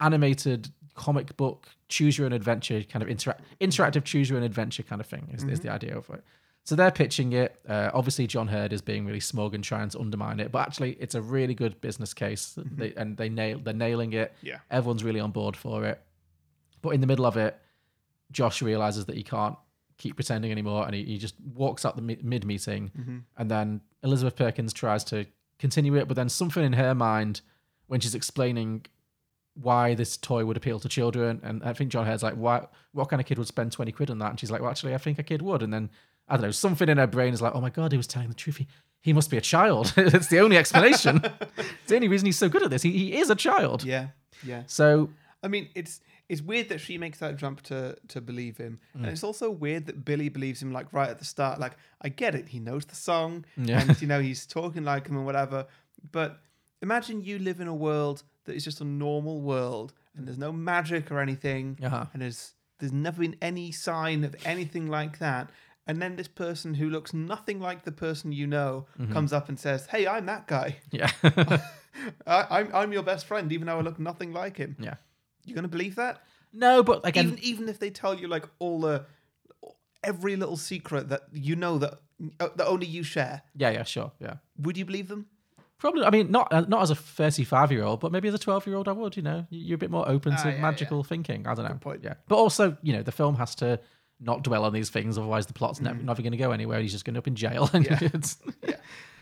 animated comic book choose your own adventure kind of interact interactive choose your own adventure kind of thing is, is Mm-hmm. the idea of it so they're pitching it uh, obviously john hurd is being really smug and trying to undermine it but actually it's a really good business case they, and they nail they're nailing it Mm-hmm. Yeah. everyone's really on board for it but in the middle of it josh realizes that he can't keep pretending anymore and he, he just walks out the mi- mid meeting Mm-hmm. and then elizabeth perkins tries to continue it but then something in her mind when she's explaining why this toy would appeal to children. And I think John Hare's like, why, what kind of kid would spend 20 quid on that? And she's like, well, actually, I think a kid would. And then, I don't know, something in her brain is like, oh my God, he was telling the truth. He, he must be a child. <laughs> it's the only <laughs> explanation. it's the only reason he's so good at this. He, he is a child. Yeah. Yeah. So, I mean, it's it's weird that she makes that jump to to believe him, and Mm. it's also weird that Billy believes him like right at the start. Like, I get it, he knows the song, Yeah. and you know he's talking like him and whatever. But imagine you live in a world that is just a normal world, and there's no magic or anything, Uh-huh. and there's there's never been any sign of anything like that. And then this person who looks nothing like the person you know Mm-hmm. comes up and says, "Hey, I'm that guy. yeah. <laughs> I, I'm I'm your best friend, even though I look nothing like him." yeah. You gonna believe that? No, but again, even even if they tell you like all the every little secret that you know that uh, that only you share, yeah, yeah, sure. Yeah. would you believe them? Probably, I mean, not uh, not as a thirty-five-year-old, but maybe as a twelve-year-old, I would. You know, You- you're a bit more open to Ah, yeah, yeah. magical thinking. I don't know. point. Yeah, but also, you know, the film has to not dwell on these things, otherwise the plot's Mm. never, never going to go anywhere. He's just going to up in jail. <laughs> And it's-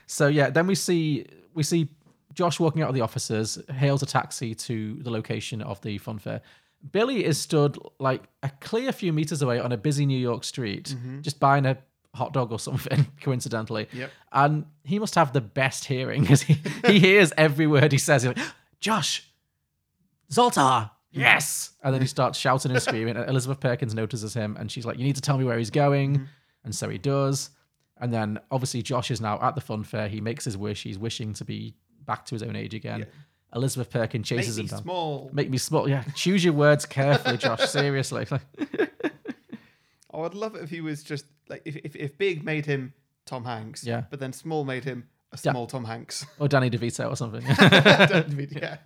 So yeah, then we see we see Josh walking out of the offices, hails a taxi to the location of the fun fair, Billy is stood like a clear few meters away on a busy New York street, just buying a hot dog or something, <laughs> coincidentally. Yep. And he must have the best hearing because he, he hears every word he says. He's like, Josh, Zoltar, yes. And then he starts shouting and screaming. And Elizabeth Perkins notices him and she's like, You need to tell me where he's going. And so he does. And then obviously, Josh is now at the fun fair. He makes his wish. He's wishing to be back to his own age again. Elizabeth Perkins chases Maybe him down. small. Make me small. Yeah, choose your words carefully, Josh. Seriously. <laughs> I would Oh, love it if he was just like if, if, if big made him Tom Hanks, Yeah. but then small made him a small <laughs> Tom Hanks. or Danny DeVito or something. <laughs> Don't mean- yeah.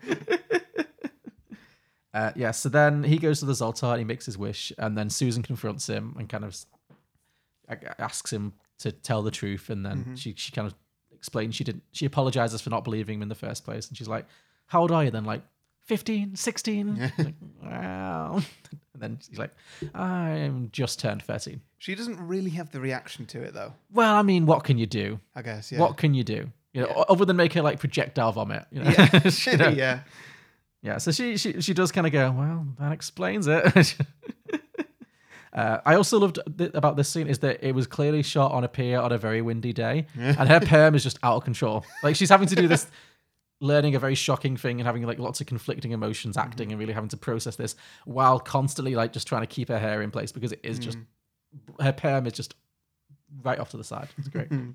Uh, yeah, so then he goes to the Zoltar and he makes his wish, and then Susan confronts him and kind of s- a- asks him to tell the truth, and then Mm-hmm. she she kind of explains she didn't she apologizes for not believing him in the first place, and she's like, "How old are you then?" Like 15, 16? <laughs> Like, wow. <laughs> And then she's like, "I'm just turned 13." She doesn't really have the reaction to it though. Well, I mean, what can you do? I guess. Yeah. <laughs> What can you do? You know, o- other than make her like projectile vomit. You know? <laughs> Yeah. <laughs> You know? yeah. Yeah, so she she she does kind of go, well, that explains it. <laughs> Uh, I also loved th- about this scene is that it was clearly shot on a pier on a very windy day, and her perm is just out of control. Like she's having to do this, learning a very shocking thing and having like lots of conflicting emotions, acting Mm-hmm. and really having to process this while constantly like just trying to keep her hair in place because it is just Mm. her perm is just right off to the side. It's great. Mm-hmm.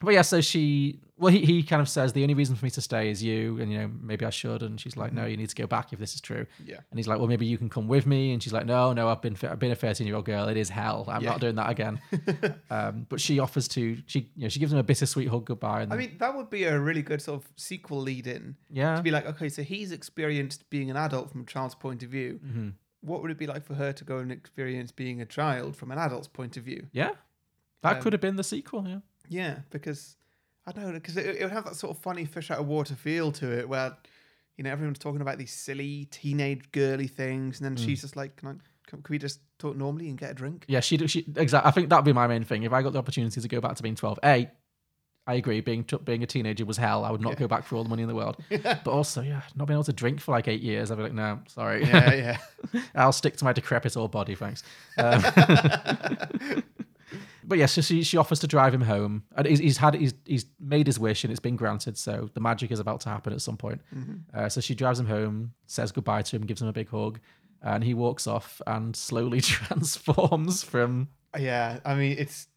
But yeah, so she well he, he kind of says the only reason for me to stay is you and you know maybe I should and she's like no you need to go back if this is true. Mm-hmm. Yeah. And he's like well maybe you can come with me and she's like no no I've been fi- I've been a 13 year old girl it is hell I'm Yeah. not doing that <laughs> again. um, but she offers to she you know she gives him a bittersweet hug goodbye and I then- mean, that would be a really good sort of sequel lead in. Yeah. To be like, okay, so he's experienced being an adult from a child's point of view. What would it be like for her to go and experience being a child from an adult's point of view? yeah that Um, could have been the sequel yeah. Yeah, because I don't know, because it, it would have that sort of funny fish out of water feel to it where, you know, everyone's talking about these silly teenage girly things. And then she's just like, can, I, can, can we just talk normally and get a <laughs> drink? Yeah, she she exactly. I think that'd be my main thing. If I got the opportunity to go back to being twelve, a, I agree. Being t- being a teenager was hell. I would not go back for all the money in the <laughs> world. but also, yeah, not being able to drink for like eight years, I'd be like, no, sorry. Yeah, yeah. I'll stick to my decrepit old body, thanks. Um, <laughs> but yeah, so she, she offers to drive him home, and he's, he's had he's he's made his wish, and it's been granted. So the magic is about to happen at some point. Mm-hmm. Uh, so she drives him home, says goodbye to him, gives him a big hug, and he walks off and slowly <laughs> transforms from Yeah, I mean it's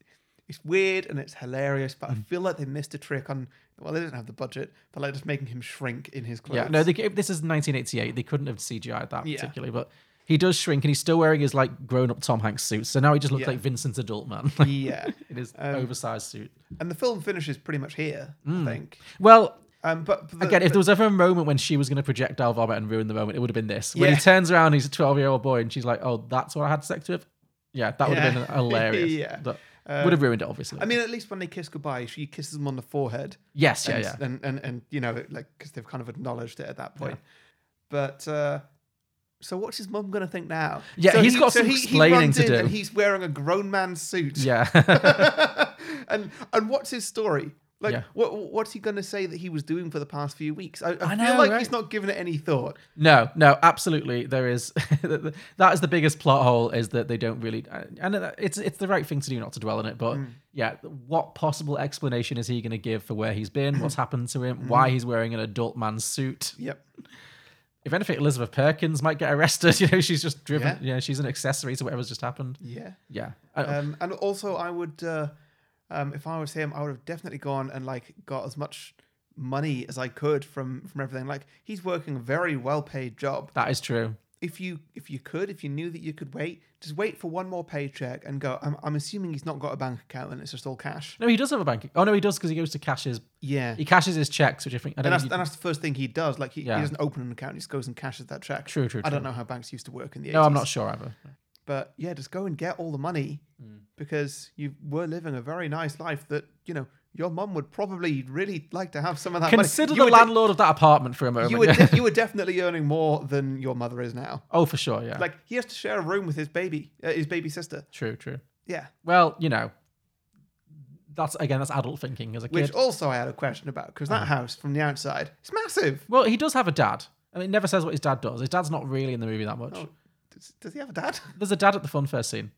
it's weird and it's hilarious, but I feel like they missed a trick on. Well, they didn't have the budget, but like just making him shrink in his clothes. Yeah, no, they, this is 1988. They couldn't have CGI'd that Yeah. particularly, but he does shrink and he's still wearing his like grown up Tom Hanks suit. So now he just looks Yeah. like Vincent Adult Man yeah, <laughs> in his Um, oversized suit. and the film finishes pretty much here, I think. Well, Um, but, but the- Hmm. again, if but- there was ever a moment when she was going to projectile vomit and ruin the moment, it would have been this. When Yeah. he turns around, and he's a 12 year old boy and she's like, oh, that's what I had sex with. Yeah, that would have Yeah. <laughs> been hilarious. Yeah. Uh, But would have ruined it, obviously. I mean, at least when they kiss goodbye, she kisses him on the forehead. yes, yeah, and, yeah. And, and and you know, like because they've kind of acknowledged it at that point. But uh, so, what's his mum gonna think now? Yeah, so he's got some explaining runs to in do. and he's wearing a grown man's suit. yeah. <laughs> <laughs> and and what's his story? Like, Yeah. what what's he going to say that he was doing for the past few weeks? I, I, feel know, like right? he's not giving it any thought. No, no, absolutely. There is <laughs> that is the biggest plot hole is that they don't really, uh, and it's it's the right thing to do not to dwell on it. But Mm. yeah, what possible explanation is he going to give for where he's been, <laughs> what's happened to him, why Mm. he's wearing an adult man's suit? Yep. If anything, Elizabeth Perkins might get arrested. <laughs> You know, she's just driven. Yeah. You know, she's an accessory to whatever's just happened. Yeah. Yeah, Uh, I- Um, and also, I would, uh, um, if I was him, I would have definitely gone and like got as much money as I could from from everything. Like, he's working a very well paid job. that is true. If you if you could, if you knew that you could wait, just wait for one more paycheck and go. I'm I'm assuming he's not got a bank account and it's just all cash. No, he does have a bank. Oh no, he does because he goes to cash his. Yeah. He cashes his checks, which I think I don't. And that's, think and that's the first thing he does. Like he, Yeah. he doesn't open an account; he just goes and cashes that check. True, true, I don't true. know how banks used to work in the 80s. you- no, I'm not sure either. Uh, But yeah, just go and get all the money Mm. because you were living a very nice life. That you know your mum would probably really like to have some of that. Consider money. the You were de- landlord of that apartment for a moment. You were yeah. de- you were definitely earning more than your mother is now. <laughs> oh, for sure. Yeah. Like he has to share a room with his baby, uh, his baby sister. True, true. Yeah. Well, you know, that's again, that's adult thinking as a Which kid. Uh-huh. also I had a question about because that house from the outside is massive. well, he does have a dad, I mean, it never says what his dad does. His dad's not really in the movie that much. Oh, does, does he have a dad? <laughs> There's a dad at the fun fair scene.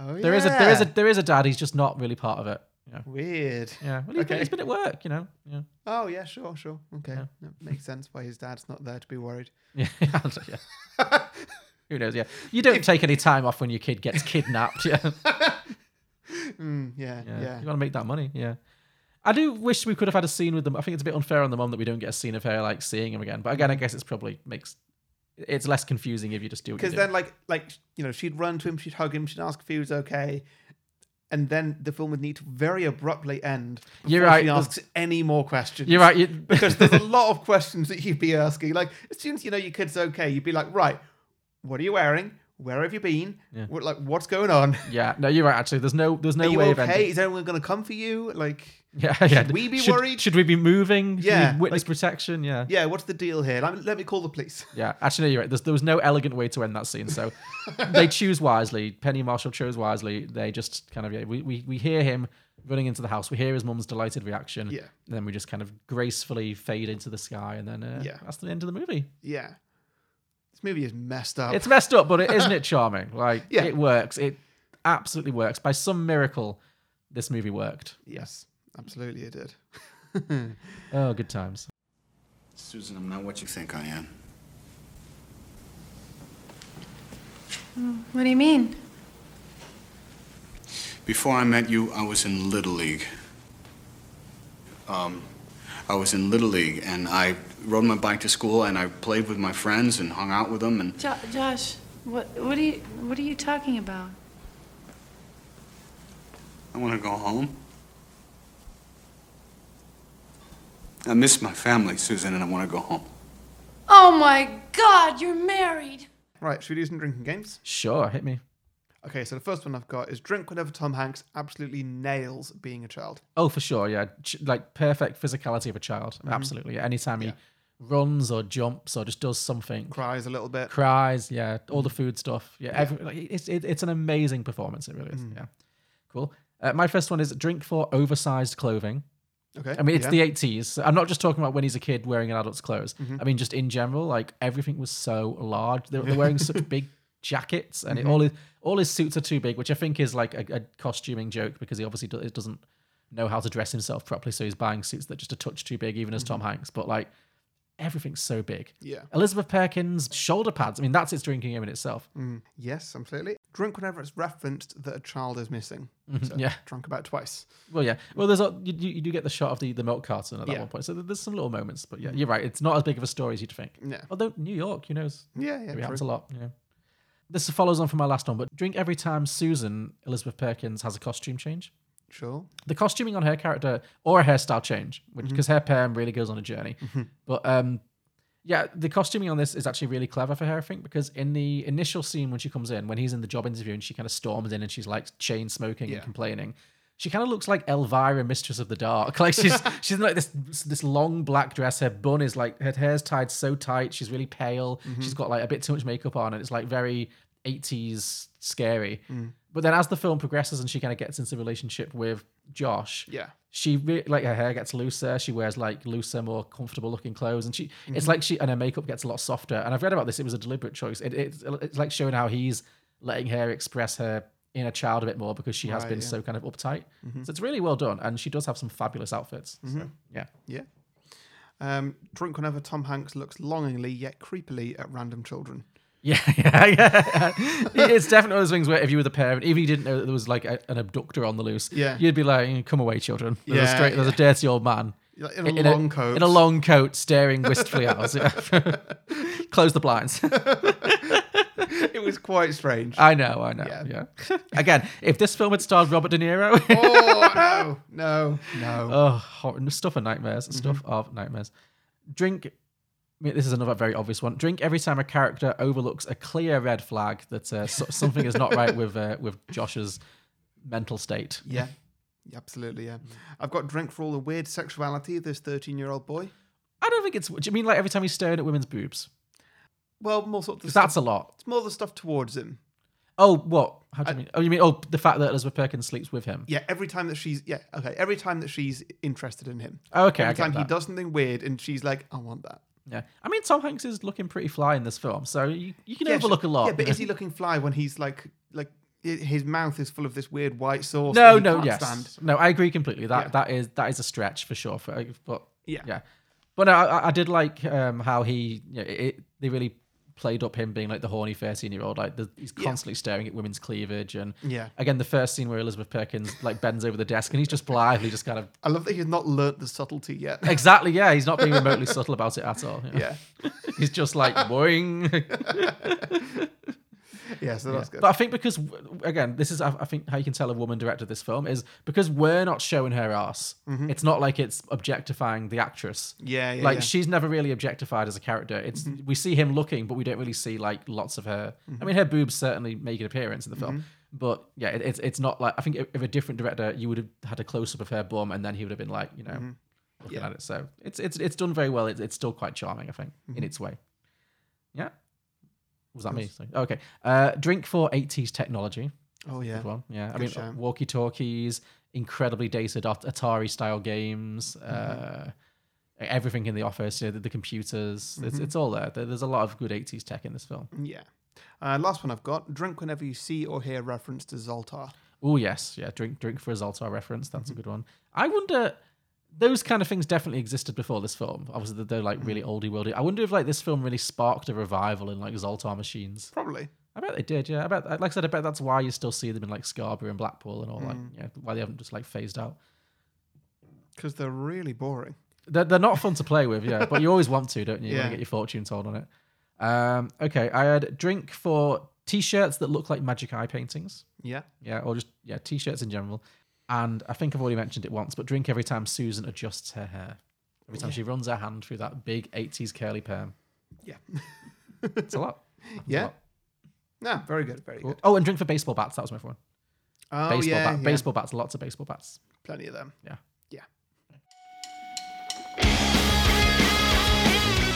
Oh, There is a there is a there is a dad. He's just not really part of it. Yeah, Weird. yeah. Well, he's, been, Okay. he's been at work, you know. Yeah, Oh, yeah, sure, sure. Okay. That makes sense why his dad's not there to be worried. yeah. <laughs> yeah. Who knows? Yeah, you don't take any time off when your kid gets kidnapped. <laughs> Yeah, Mm, yeah, yeah. yeah. You want to make that money. Yeah. I do wish we could have had a scene with them. I think it's a bit unfair on the mom that we don't get a scene of her like seeing him again. But again, Mm. I guess it's probably makes it's less confusing if you just do what you Because do. then, like, like you know, she'd run to him, she'd hug him, she'd ask if he was okay, and then the film would need to very abruptly end. You're before right, She there's- asks any more questions. You're right. You, <laughs> because there's a lot of questions that you'd be asking. Like, as soon as you know your kid's okay, you'd be like, right, what are you wearing? Where have you been? What, like, what's going on? <laughs> yeah, no, you're right. Actually, there's no there's no are you way of okay? ending. <laughs> Is anyone going to come for you? Like, Yeah, yeah. we be Should- worried? Should we be moving? Should we Yeah, need witness protection. Yeah. yeah, what's the deal here? Let me, let me call the police. <laughs> Yeah, actually, no, you're right. There's, there was no elegant way to end that scene, so they choose wisely. Penny and Marshall chose wisely. They just kind of yeah, we, we we hear him running into the house. We hear his mum's delighted reaction. Yeah. and then we just kind of gracefully fade into the sky, and then uh, Yeah. that's the end of the movie. Yeah. This movie is messed up. It's messed up, but it isn't it charming? <laughs> Like Oh. Yeah. it works. It absolutely works. By some miracle, this movie worked. yes, absolutely it did. <laughs> Oh, good times. Susan, I'm not what you think I am. Oh, What do you mean? Before I met you, I was in Little League. Um, I was in Little League, and I rode my bike to school, and I played with my friends and hung out with them, and Jo- Josh, what what are you what are you talking about? I want to go home. I miss my family, Susan, and I want to go home. Oh my God, you're married. Right, should we do some drinking games? Sure, hit me. Okay, so the first one I've got is drink whenever Tom Hanks absolutely nails being a child. Oh, for sure. Yeah. Ch- Like perfect physicality of a child. Mm-hmm. Absolutely. Anytime he runs or jumps or just does something, Cries a little bit. cries. Yeah. All the food stuff. Yeah. Every, like, it's, it, it's an amazing performance. It really is. Yeah. Cool. Uh, my first one is drink for oversized clothing. Okay. I mean, it's yeah. the 80s. so I'm not just talking about when he's a kid wearing an adult's clothes. Mm-hmm. I mean, just in general, like everything was so large. They're, they're wearing <laughs> such big jackets, and it, Mm-hmm. all his all his suits are too big, which I think is like a, a costuming joke because he obviously do, it doesn't know how to dress himself properly, so he's buying suits that are just a touch too big, even as Tom Hanks. But like everything's so big. Mm-hmm. Yeah. Elizabeth Perkins shoulder pads. I mean, that's its drinking game in itself. Yes, absolutely. Drink whenever it's referenced that a child is missing. So Mm-hmm, yeah. Drunk about twice. Well, yeah. Well, there's a, you, you you do get the shot of the, the milk carton at that Yeah. Mm. one point. So there's some little moments, but yeah, you're right. It's not as big of a story as you'd think. Yeah. Although New York, who knows? Yeah, yeah. Maybe true. happens a lot. Yeah. This follows on from my last one, but drink every time Susan Elizabeth Perkins has a costume change. Sure. The costuming on her character or a hairstyle change, Mm-hmm. because her perm really goes on a journey. But um, yeah, the costuming on this is actually really clever for her, I think, because in the initial scene when she comes in, when he's in the job interview and she kind of storms in and she's like chain smoking Yeah. and complaining, she kind of looks like Elvira, Mistress of the Dark. <laughs> Like she's she's in like this this long black dress. Her bun is like her hair's tied so tight. She's really pale. Mm-hmm. She's got like a bit too much makeup on, and it's like very 80s scary. Mm. But then as the film progresses and she kind of gets into a relationship with Josh, Yeah. she re- like her hair gets looser she wears like looser more comfortable looking clothes and she Mm-hmm. it's like she and her makeup gets a lot softer and i've read about this it was a deliberate choice it, it's it's like showing how he's letting her express her inner child a bit more because she has Right, been yeah. Mm-hmm. so kind of uptight so it's really well done and she does have some fabulous outfits so yeah <laughs> Yeah. Um, drink whenever Tom Hanks looks longingly yet creepily at random children. yeah yeah yeah it's definitely one of those things where if you were the parent even if you didn't know that there was like a, an abductor on the loose Yeah. you'd be like "Mm, come away children there's, Yeah, a, straight, there's a dirty old man Like, in a long coat. In a long coat, staring wistfully at us. Close the blinds. <laughs> <laughs> It was quite strange. I know, I know. Yeah. Yeah. Again, if this film had starred Robert De Niro, oh <laughs> no, no, no. <laughs> oh, hor- stuff of nightmares, Mm-hmm. stuff of nightmares. Drink. I mean, this is another very obvious one. Drink every time a character overlooks a clear red flag that uh, so- something is not right with uh, with Josh's mental state. yeah. Yeah, Absolutely, yeah. I've got drink for all the weird sexuality of this 13 year old boy. I don't think it's. Do you mean like every time he's staring at women's boobs? Well, more sort of the 'Cause that's stuff, a lot. it's more the stuff towards him. Oh, what? How do you mean? Oh, you mean oh the fact that Elizabeth Perkins sleeps with him? Yeah, every time that she's yeah, okay, every time that she's interested in him. Oh, Okay, I Every get time he that. does something weird and she's like, I want that. Yeah, I mean Tom Hanks is looking pretty fly in this film, so you, you can Yeah, overlook sure. a lot. Yeah, but you is he know. looking fly when he's like like i- his mouth is full of this weird white sauce? No, that he no, can't yes, Stand? no. I agree completely. That Yeah. that is that is a stretch for sure. For, but Yeah. yeah, but no, I, I did like um, how he you know, it, they really played up him being like the horny thirteen year old. Like the, he's constantly staring at women's cleavage, and Yeah. again the first scene where Elizabeth Perkins like bends over the desk and he's just blithely just kind of I love that he's not learnt the subtlety yet. <laughs> exactly yeah he's not being remotely subtle about it at all. yeah, <laughs> he's just like boing. yeah. So that's good. But I think because w- again, this is I I think how you can tell a woman directed this film is because we're not showing her ass. Mm-hmm. It's not like it's objectifying the actress. Yeah, yeah, like yeah. Mm-hmm. she's never really objectified as a character. It's we see him looking, but we don't really see like lots of her. I mean, her boobs certainly make an appearance in the film. Mm-hmm. But yeah, it, it's it's not like I think if, if a different director, you would have had a close up of her bum, and then he would have been like, you know, looking Mm-hmm. Yeah. at it. So it's it's it's done very well. It's it's still quite charming, I think, Mm-hmm. in its way. Yeah, was that me? Sorry. Okay. Uh, drink for 80s technology. oh yeah. Good one. Yeah. I mean, shout. walkie talkies, incredibly dated Atari style games, uh, everything in the office, you know, the, the computers. It's, it's all there. There- There's a lot of good 80s tech in this film. Yeah. Uh, last one I've got. Drink whenever you see or hear reference to Zoltar. Oh, yes. Yeah. Drink, drink for a Zoltar reference. That's a good one. I wonder. Those kind of things definitely existed before this film. Obviously, they're- they're like really oldie worldy. I wonder if like this film really sparked a revival in like Zoltar machines. Probably. I bet they did, yeah. I bet, like I said, I bet that's why you still see them in like Scarborough and Blackpool and all, like, yeah, why they haven't just like phased out. Because they're really boring. They're, they're not fun to play with, yeah, <laughs> but you always want to, don't you? You want to Yeah. get your fortune told on it. Um, okay, I had drink for t shirts that look like magic eye paintings, Yeah. yeah, or just, yeah, t shirts in general. And I think I've already mentioned it once, but drink every time Susan adjusts her hair, every time she runs her hand through that big 80s curly perm. Yeah. <laughs> It's a lot. Happens a Yeah. lot. No, very good. Very good. Oh, and drink for baseball bats. That was my one. Oh, Baseball, yeah, bat, yeah. baseball bats, lots of baseball bats. Plenty of them. Yeah. Yeah.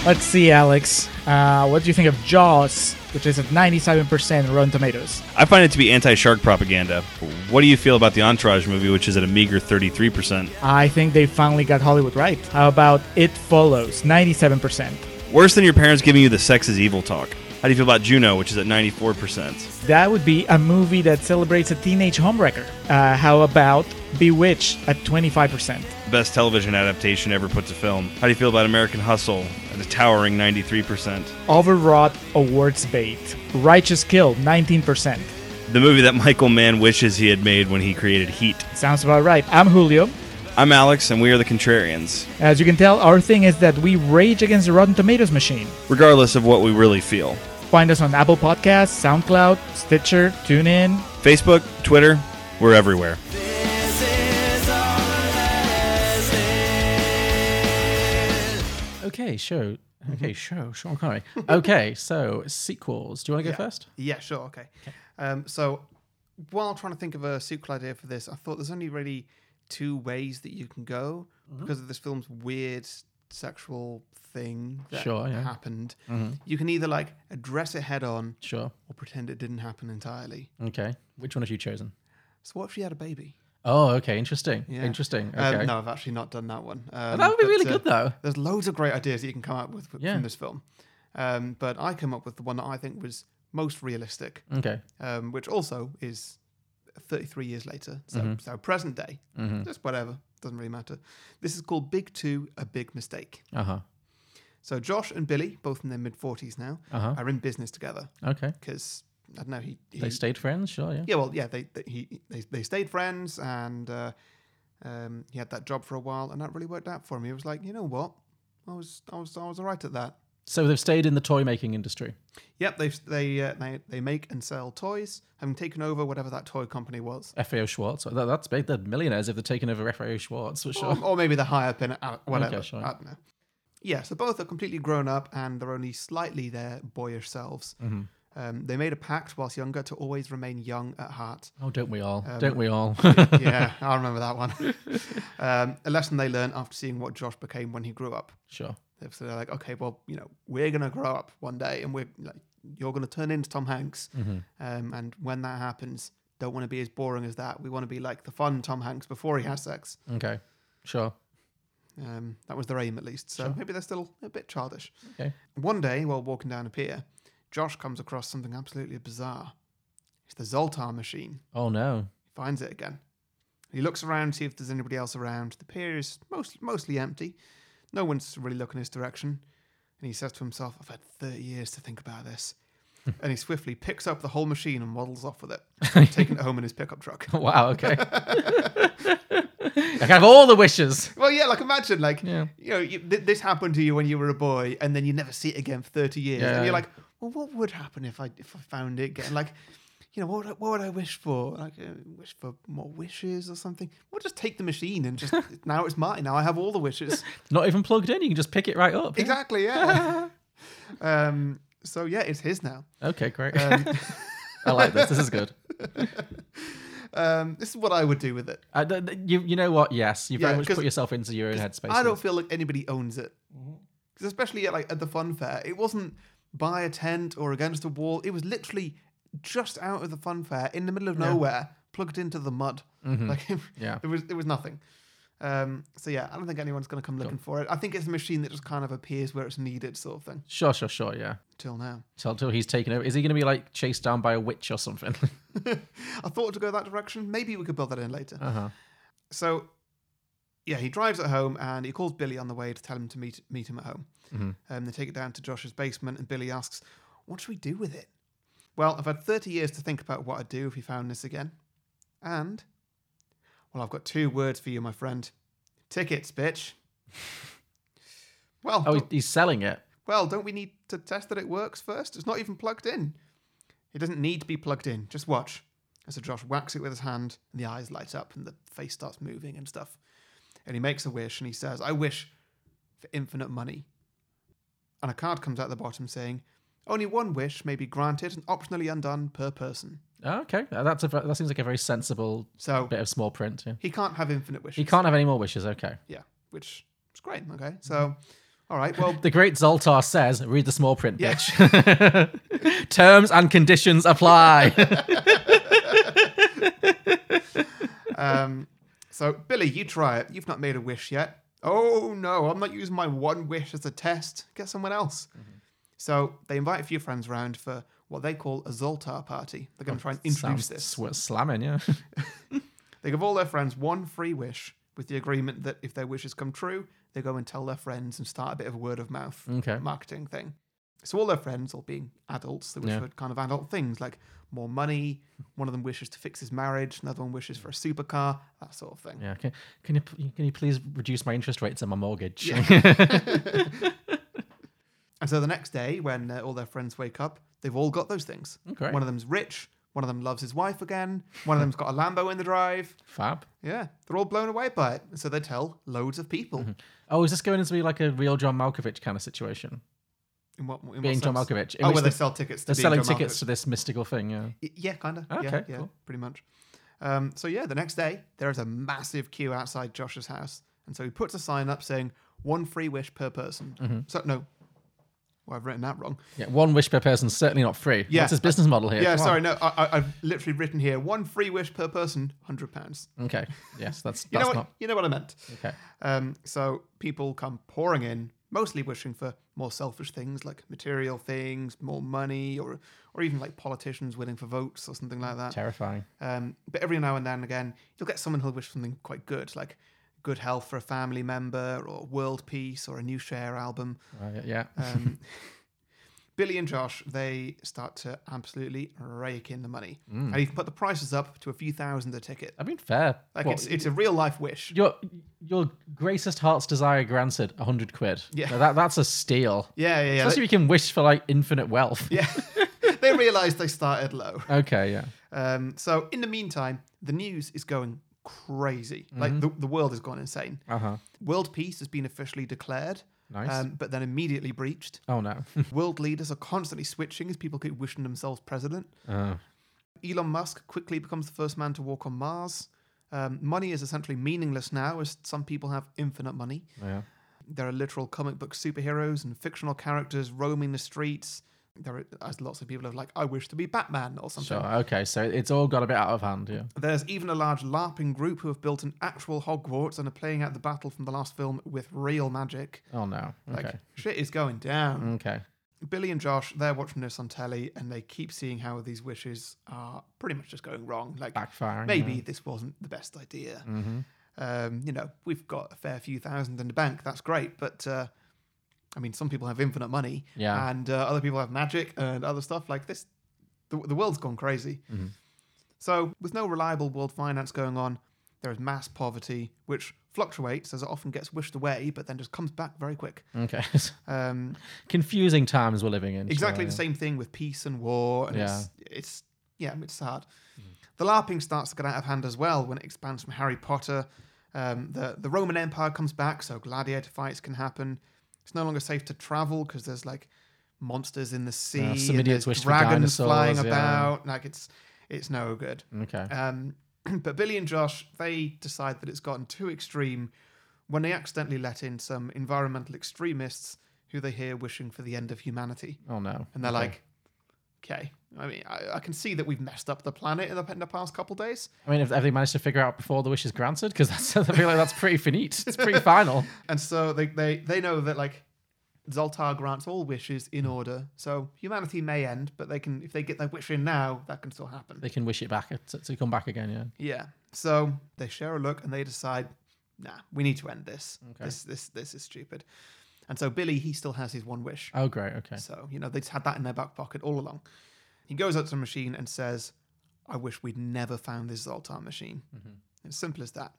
Let's see, Alex. Uh, what do you think of Jaws, which is at 97% Rotten Tomatoes? I find it to be anti shark propaganda. What do you feel about the Entourage movie, which is at a meager 33%? I think they finally got Hollywood right. How about It Follows, 97%? Worse than your parents giving you the sex is evil talk. How do you feel about Juno, which is at 94%? That would be a movie that celebrates a teenage homewrecker. Uh, how about Bewitched at 25%? Best television adaptation ever put to film. How do you feel about American Hustle at a towering 93%? Overwrought Awards Bait. Righteous Kill, 19%. The movie that Michael Mann wishes he had made when he created Heat. Sounds about right. I'm Julio. I'm Alex, and we are the Contrarians, As you can tell, our thing is that we rage against the Rotten Tomatoes machine. regardless of what we really feel. Find us on Apple Podcasts, SoundCloud, Stitcher, TuneIn, Facebook, Twitter, we're everywhere. Okay, show. Okay, show. Sean <laughs> Connery. Okay, so sequels. Do you want to go Yeah. first? Yeah, sure. Okay. Um, so while trying to think of a sequel idea for this, I thought there's only really two ways that you can go Mm-hmm. because of this film's weird sexual thing that Sure, yeah. Mm-hmm. happened. You can either like address it head on Sure. or pretend it didn't happen entirely. Okay. Which one have you chosen? So what if she had a baby? Oh, okay. Interesting. Yeah. Interesting. Um, Okay. no, I've actually not done that one. Um, that would be but, really uh, good though. There's loads of great ideas that you can come up with Yeah. from this film. Um, but I came up with the one that I think was most realistic. Okay. um, which also is 33 years later, so, Mm-hmm. so present day, just whatever, doesn't really matter. This is called Big Two, A Big Mistake. Uh huh. So Josh and Billy, both in their mid 40s now, Uh-huh. are in business together Okay. because, I don't know, he. he They stayed friends. Sure. Yeah. Yeah, well, yeah, they, they, he, they, they stayed friends and uh, um, he had that job for a while and that really worked out for him. He was like, you know what? I was, I was, I was all right at that. So they've stayed in the toy making industry. Yep, they've, they, uh, they they make and sell toys, having taken over whatever that toy company was. FAO Schwartz. That, that's big. They're millionaires if they're taking over FAO Schwartz for sure. Or, or maybe they're high up in it, uh, whatever. Okay, sure. I don't know. Yeah, so both are completely grown up and they're only slightly their boyish selves. Mm-hmm. Um, they made a pact whilst younger to always remain young at <laughs> heart. Oh, don't we all? Um, don't we <laughs> all? <laughs> Yeah, I remember that one. um, a lesson they learned after seeing what Josh became when he grew up. sure. So they're like, okay, well, you know, we're gonna grow up one day, and we're like, you're gonna turn into Tom Hanks, Mm-hmm. um, and when that happens, don't want to be as boring as that. We want to be like the fun Tom Hanks before he has sex. Okay. Sure. Um, that was their aim, at least. So maybe they're still a bit childish. Okay. One day, while walking down a pier, Josh comes across something absolutely bizarre. It's the Zoltar machine. Oh no. <laughs> He finds it again. He looks around to see if there's anybody else around. The pier is most, mostly empty. No one's really looking his direction. And he says to himself, I've had 30 years to think about this. and he swiftly picks up the whole machine and waddles off with it, taking it home in his pickup truck. Wow, okay. <laughs> I can have all the wishes. Well, yeah, like imagine, like, Yeah. you know, you, th- this happened to you when you were a boy, and then you never see it again for 30 years. Yeah. And you're like, well, what would happen if I if I found it again? Like, you know, what would I, what would I wish for? Like, uh, wish for more wishes or something? Well, just take the machine <laughs> and just, now it's mine. Now I have all the wishes. Not even plugged in, you can just pick it right up. <laughs> exactly, yeah. um, so, yeah, it's his now. Okay, great. Um, <laughs> I like this. This is good. um, this is what I would do with it. I, don't- Uh, you, you know what? Yes, you Yeah, very much 'cause- put yourself into your own headspace. I don't feel like anybody owns it. 'Cause especially at, like at the fun fair, it wasn't by a tent or against a wall. It was literally just out of the fun fair, in the middle of nowhere, plugged into the mud. Like <laughs> it, Yeah. there was there was nothing. Um, so yeah, I don't think anyone's going to come looking for it. I think it's a machine that just kind of appears where it's needed, sort of thing. Sure, sure, sure. Yeah. Till now, Till, till he's taken over. Is he going to be like chased down by a witch or something? <laughs> <laughs> I thought to go that direction. Maybe we could build that in later. Uh-huh. So, yeah, he drives it home and he calls Billy on the way to tell him to meet meet him at home. Mm-hmm. Um, they take it down to Josh's basement, and Billy asks, "What should we do with it?" Well, I've had thirty years to think about what I'd do if he found this again, and well, I've got two words for you, my friend: tickets, bitch. <laughs> Well, Oh, he- don't- he's selling it. well, don't we need to test that it works first? It's not even plugged in. It doesn't need to be plugged in. Just watch. And so Josh whacks it with his hand, and the eyes light up, and the face starts moving and stuff. And he makes a wish, and he says, I wish for infinite money. And a card comes out the bottom saying, Only one wish may be granted and optionally undone per person. Oh, okay, Uh, that's a, ver- that seems like a very sensible So bit of small print. Yeah. he can't have infinite wishes. He can't have any more wishes. Okay. Yeah, which is great. Okay. So, all right. <laughs> Well, The great Zoltar says, "Read the small print, Yeah. bitch. <laughs> Terms and conditions <laughs> apply." Um, so, Billy, you try it. You've not made a wish yet. Oh, no, I'm not using my one wish as a test. Get someone else. Mm-hmm. So, they invite a few friends round for what they call a Zoltar party. They're going to try and introduce Oh, Sounds this. sw- slamming, <laughs> yeah. They give all their friends one free wish with the agreement that if their wishes come true, they go and tell their friends and start a bit of a word of mouth Okay. marketing thing. So all their friends, all being adults, they wish Yeah. for kind of adult things like more money. One of them wishes to fix his marriage. Another one wishes for a supercar, that sort of thing. Yeah. Can, can you pl- can you please reduce my interest rates on my mortgage? And so the next day, when uh, all their friends wake up, they've all got those things. Okay. One of them's rich. One of them loves his wife again. One of them's got a Lambo in the drive. <laughs> Fab. Yeah, they're all blown away by it. So they tell loads of people. Oh, is this going to be like a real John Malkovich kind of situation? In what, in what Being John sense? Malkovich. in Oh, which where they the- sell tickets. To They're being selling John tickets Malkovich. to this mystical thing. Yeah. Y- Yeah, kind of. yeah, Okay, yeah, cool. pretty much. Um, so yeah, the next day there is a massive queue outside Josh's house, and so he puts a sign up saying one free wish per person. Mm-hmm. So no, well I've written that wrong. Yeah. One wish per person, certainly not free. Yeah, What's his business model here? Yeah, Come on. sorry, no, I, I, I've literally written here one free wish per person, hundred pounds. Okay. Yes, that's You know Mm, that's what? not You know what I meant. okay. Um, so people come pouring in, mostly wishing for more selfish things like material things, more money, or or even like politicians winning for votes or something like that. Terrifying. Um, but every now and then again, you'll get someone who'll wish something quite good, like good health for a family member, or world peace, or a new Cher album. Right, Uh, yeah. <laughs> Um, Billy and Josh, they start to absolutely rake in the money. Mm. And you can put the prices up to a few thousand a ticket. I mean, fair. Like What, it's, it's a real life wish. your your greatest heart's desire granted, hundred quid. Yeah. Now that that's a steal. Yeah, yeah, yeah. Especially if you can wish for like infinite wealth. Yeah. <laughs> they realized they started low. Okay. Yeah. Um, so in the meantime, the news is going crazy. Mm-hmm. Like the, the world has gone insane. Uh huh. World peace has been officially declared. um, Nice. but then immediately breached. Oh <laughs> no. World leaders are constantly switching as people keep wishing themselves president. Oh. Elon Musk quickly becomes the first man to walk on Mars. Um, money is essentially meaningless now, as some people have infinite money. yeah. There are literal comic book superheroes and fictional characters roaming the streets. there are lots of people who are like, I wish to be Batman or something. Sure. Okay. So it's all got a bit out of hand. Yeah. There's even a large LARPing group who have built an actual Hogwarts and are playing out the battle from the last film with real magic. Oh no. Okay. Like, shit is going down. okay. Billy and Josh, they're watching this on telly and they keep seeing how these wishes are pretty much just going wrong. Like, Backfiring, maybe yeah. this wasn't the best idea. Mhm. Um, you know, we've got a fair few thousand in the bank. That's great. But, uh, I mean, some people have infinite money. Yeah. And uh, other people have magic and other stuff. Like, this, the, the world's gone crazy. Mm-hmm. So, with no reliable world finance going on, there is mass poverty, which fluctuates as it often gets wished away, but then just comes back very quick. Okay. <laughs> Um, Confusing times we're living in. exactly sure, the same thing with peace and war. And Yeah. It's, it's, yeah, it's sad. The LARPing starts to get out of hand as well when it expands from Harry Potter. Um, the, the Roman Empire comes back, so gladiator fights can happen. It's no longer safe to travel because there's like monsters in the sea, some and idiots there's wish for dragons flying dinosaurs, yeah. about. Like it's it's no good. yeah. Okay. Um, <clears throat> but Billy and Josh, they decide that it's gotten too extreme when they accidentally let in some environmental extremists who they hear wishing for the end of humanity. oh no. And they're Okay. like, okay, I mean, I, I can see that we've messed up the planet in the, in the past couple days. I mean, have have they managed to figure out before the wish is granted? Because that's <laughs> I feel like that's pretty finite. It's <laughs> pretty final. And so they, they, they know that, like, Zoltar grants all wishes in order. So humanity may end, but they can, if they get their wish in now, that can still happen. They can wish it back uh, to, to come back again. Yeah. Yeah. So they share a look and they decide, nah, we need to end this. Okay. This this this is stupid. And so Billy, he still has his one wish. Oh great. Okay. So, you know, they just had that in their back pocket all along. He goes up to the machine and says, I wish we'd never found this Zoltar machine. Mm-hmm. It's simple as that.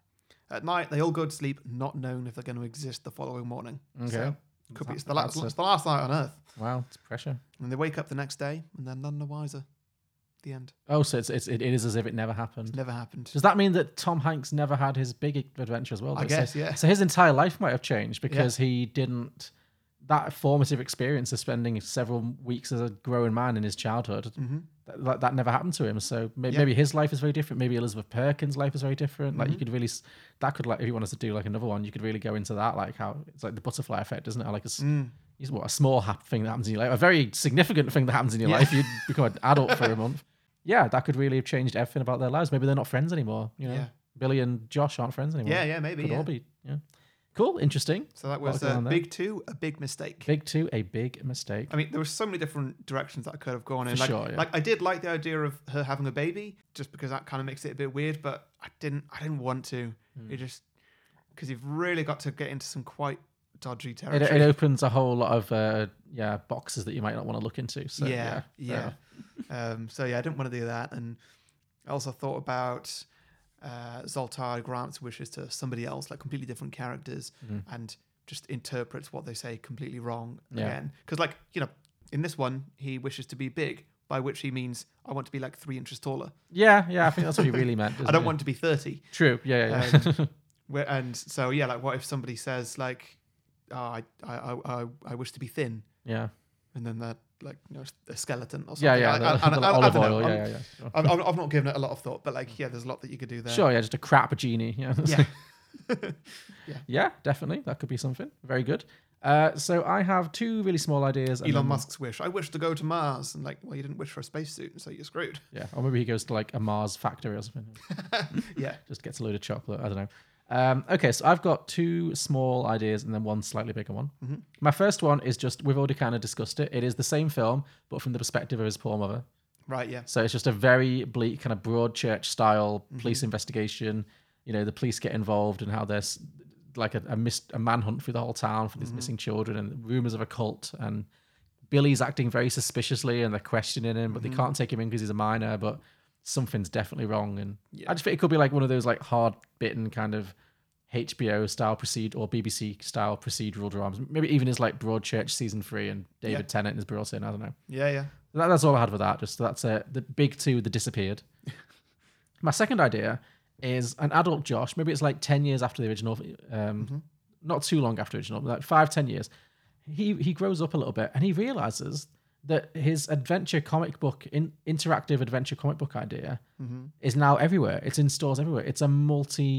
At night, they all go to sleep, not knowing if they're going to exist the following morning. Okay. So, could be, it's, the That's- last, it's the last night on Earth. Wow. It's pressure. And they wake up the next day and they're none the wiser. The end. Oh, so it's, it's it, it is as if it never happened. Never happened. Does that mean that Tom Hanks never had his big adventure as well? I though? So- guess, yeah. So his entire life might have changed because he didn't. That formative experience of spending several weeks as a growing man in his childhood, that, that, that never happened to him. So may- Mm-hmm. Yeah. Mm-hmm. maybe his life is very different. Maybe Elizabeth Perkins' life is very different. Like you could really, s- that could like if you wanted to do like another one, you could really go into that. Like how it's like the butterfly effect, isn't it? Like a, s- Mm. it's what, a small hap- thing that happens in your life, a very significant thing that happens in your Yeah. life. You become <laughs> an adult for a month yeah, that could really have changed everything about their lives. Maybe they're not friends anymore. You know, Yeah. Billy and Josh aren't friends anymore. Yeah, yeah, maybe, Could yeah. all be. Yeah. Cool. Interesting. So Lot that was going a on there. big two, a big mistake. Big two, a big mistake. I mean, there were so many different directions that I could have gone in. For like, sure, yeah. like I did like the idea of her having a baby, just because that kind of makes it a bit weird. But I didn't, I didn't want to. Hmm. It just because you've really got to get into some quite dodgy It, territory. it opens a whole lot of uh, yeah boxes that you might not want to look into. So yeah, yeah, yeah. <laughs> um, so yeah, I didn't want to do that, and I also thought about uh, Zoltar grants wishes to somebody else, like completely different characters, and just interprets what they say completely wrong Mm-hmm. Yeah. again. Because like you know, in this one, he wishes to be big, by which he means I want to be like three inches taller. yeah, yeah. I think that's what you really meant. <laughs> I isn't don't it? want to be thirty. True. Yeah, yeah. yeah. Um, where- and so yeah, like what if somebody says like, oh, I, I I I I wish to be thin, <laughs> yeah. and then that like you know a skeleton or something. Yeah, yeah, I- the- I- I- the I- I <laughs> olive don't know. oil, I'm- yeah, yeah, yeah, sure. I've, I've- I've not given it a lot of thought, but like yeah, there's a lot that you could do there. Sure, yeah, just a crap genie. <laughs> Yeah. Yeah. <laughs> Yeah, definitely. That could be something. Very good. Uh, so I have two really small ideas. and Elon then- Musk's wish. I wish to go to Mars, and like, well, you didn't wish for a spacesuit, so you're screwed. Yeah, or maybe he goes to like a Mars factory or something. <laughs> Yeah. just gets a load of chocolate. I don't know. Um, okay, so I've got two small ideas and then one slightly bigger one. Mm-hmm. My first one is just we've already kind of discussed it. It is the same film, but from the perspective of his poor mother. Right. Yeah. So it's just a very bleak kind of broad church style police investigation. You know, the police get involved and how there's like a, a, mis- a manhunt through the whole town for these missing children and rumors of a cult and Billy's acting very suspiciously and they're questioning him, but they can't take him in because he's a minor. But something's definitely wrong, and I just think it could be like one of those like hard bitten kind of HBO style proceed or BBC style procedural dramas. Maybe even as like Broadchurch season three and David Yeah. Tennant is brought in. I don't know. Yeah. Yeah. That, that's all I had for that. Just that's it. The big two, the disappeared. My second idea is an adult Josh. Maybe it's like ten years after the original, um, not too long after the original, but like five, ten years. He he grows up a little bit and he realizes that his adventure comic book in interactive adventure comic book idea Mhm. is now everywhere. It's in stores everywhere. It's a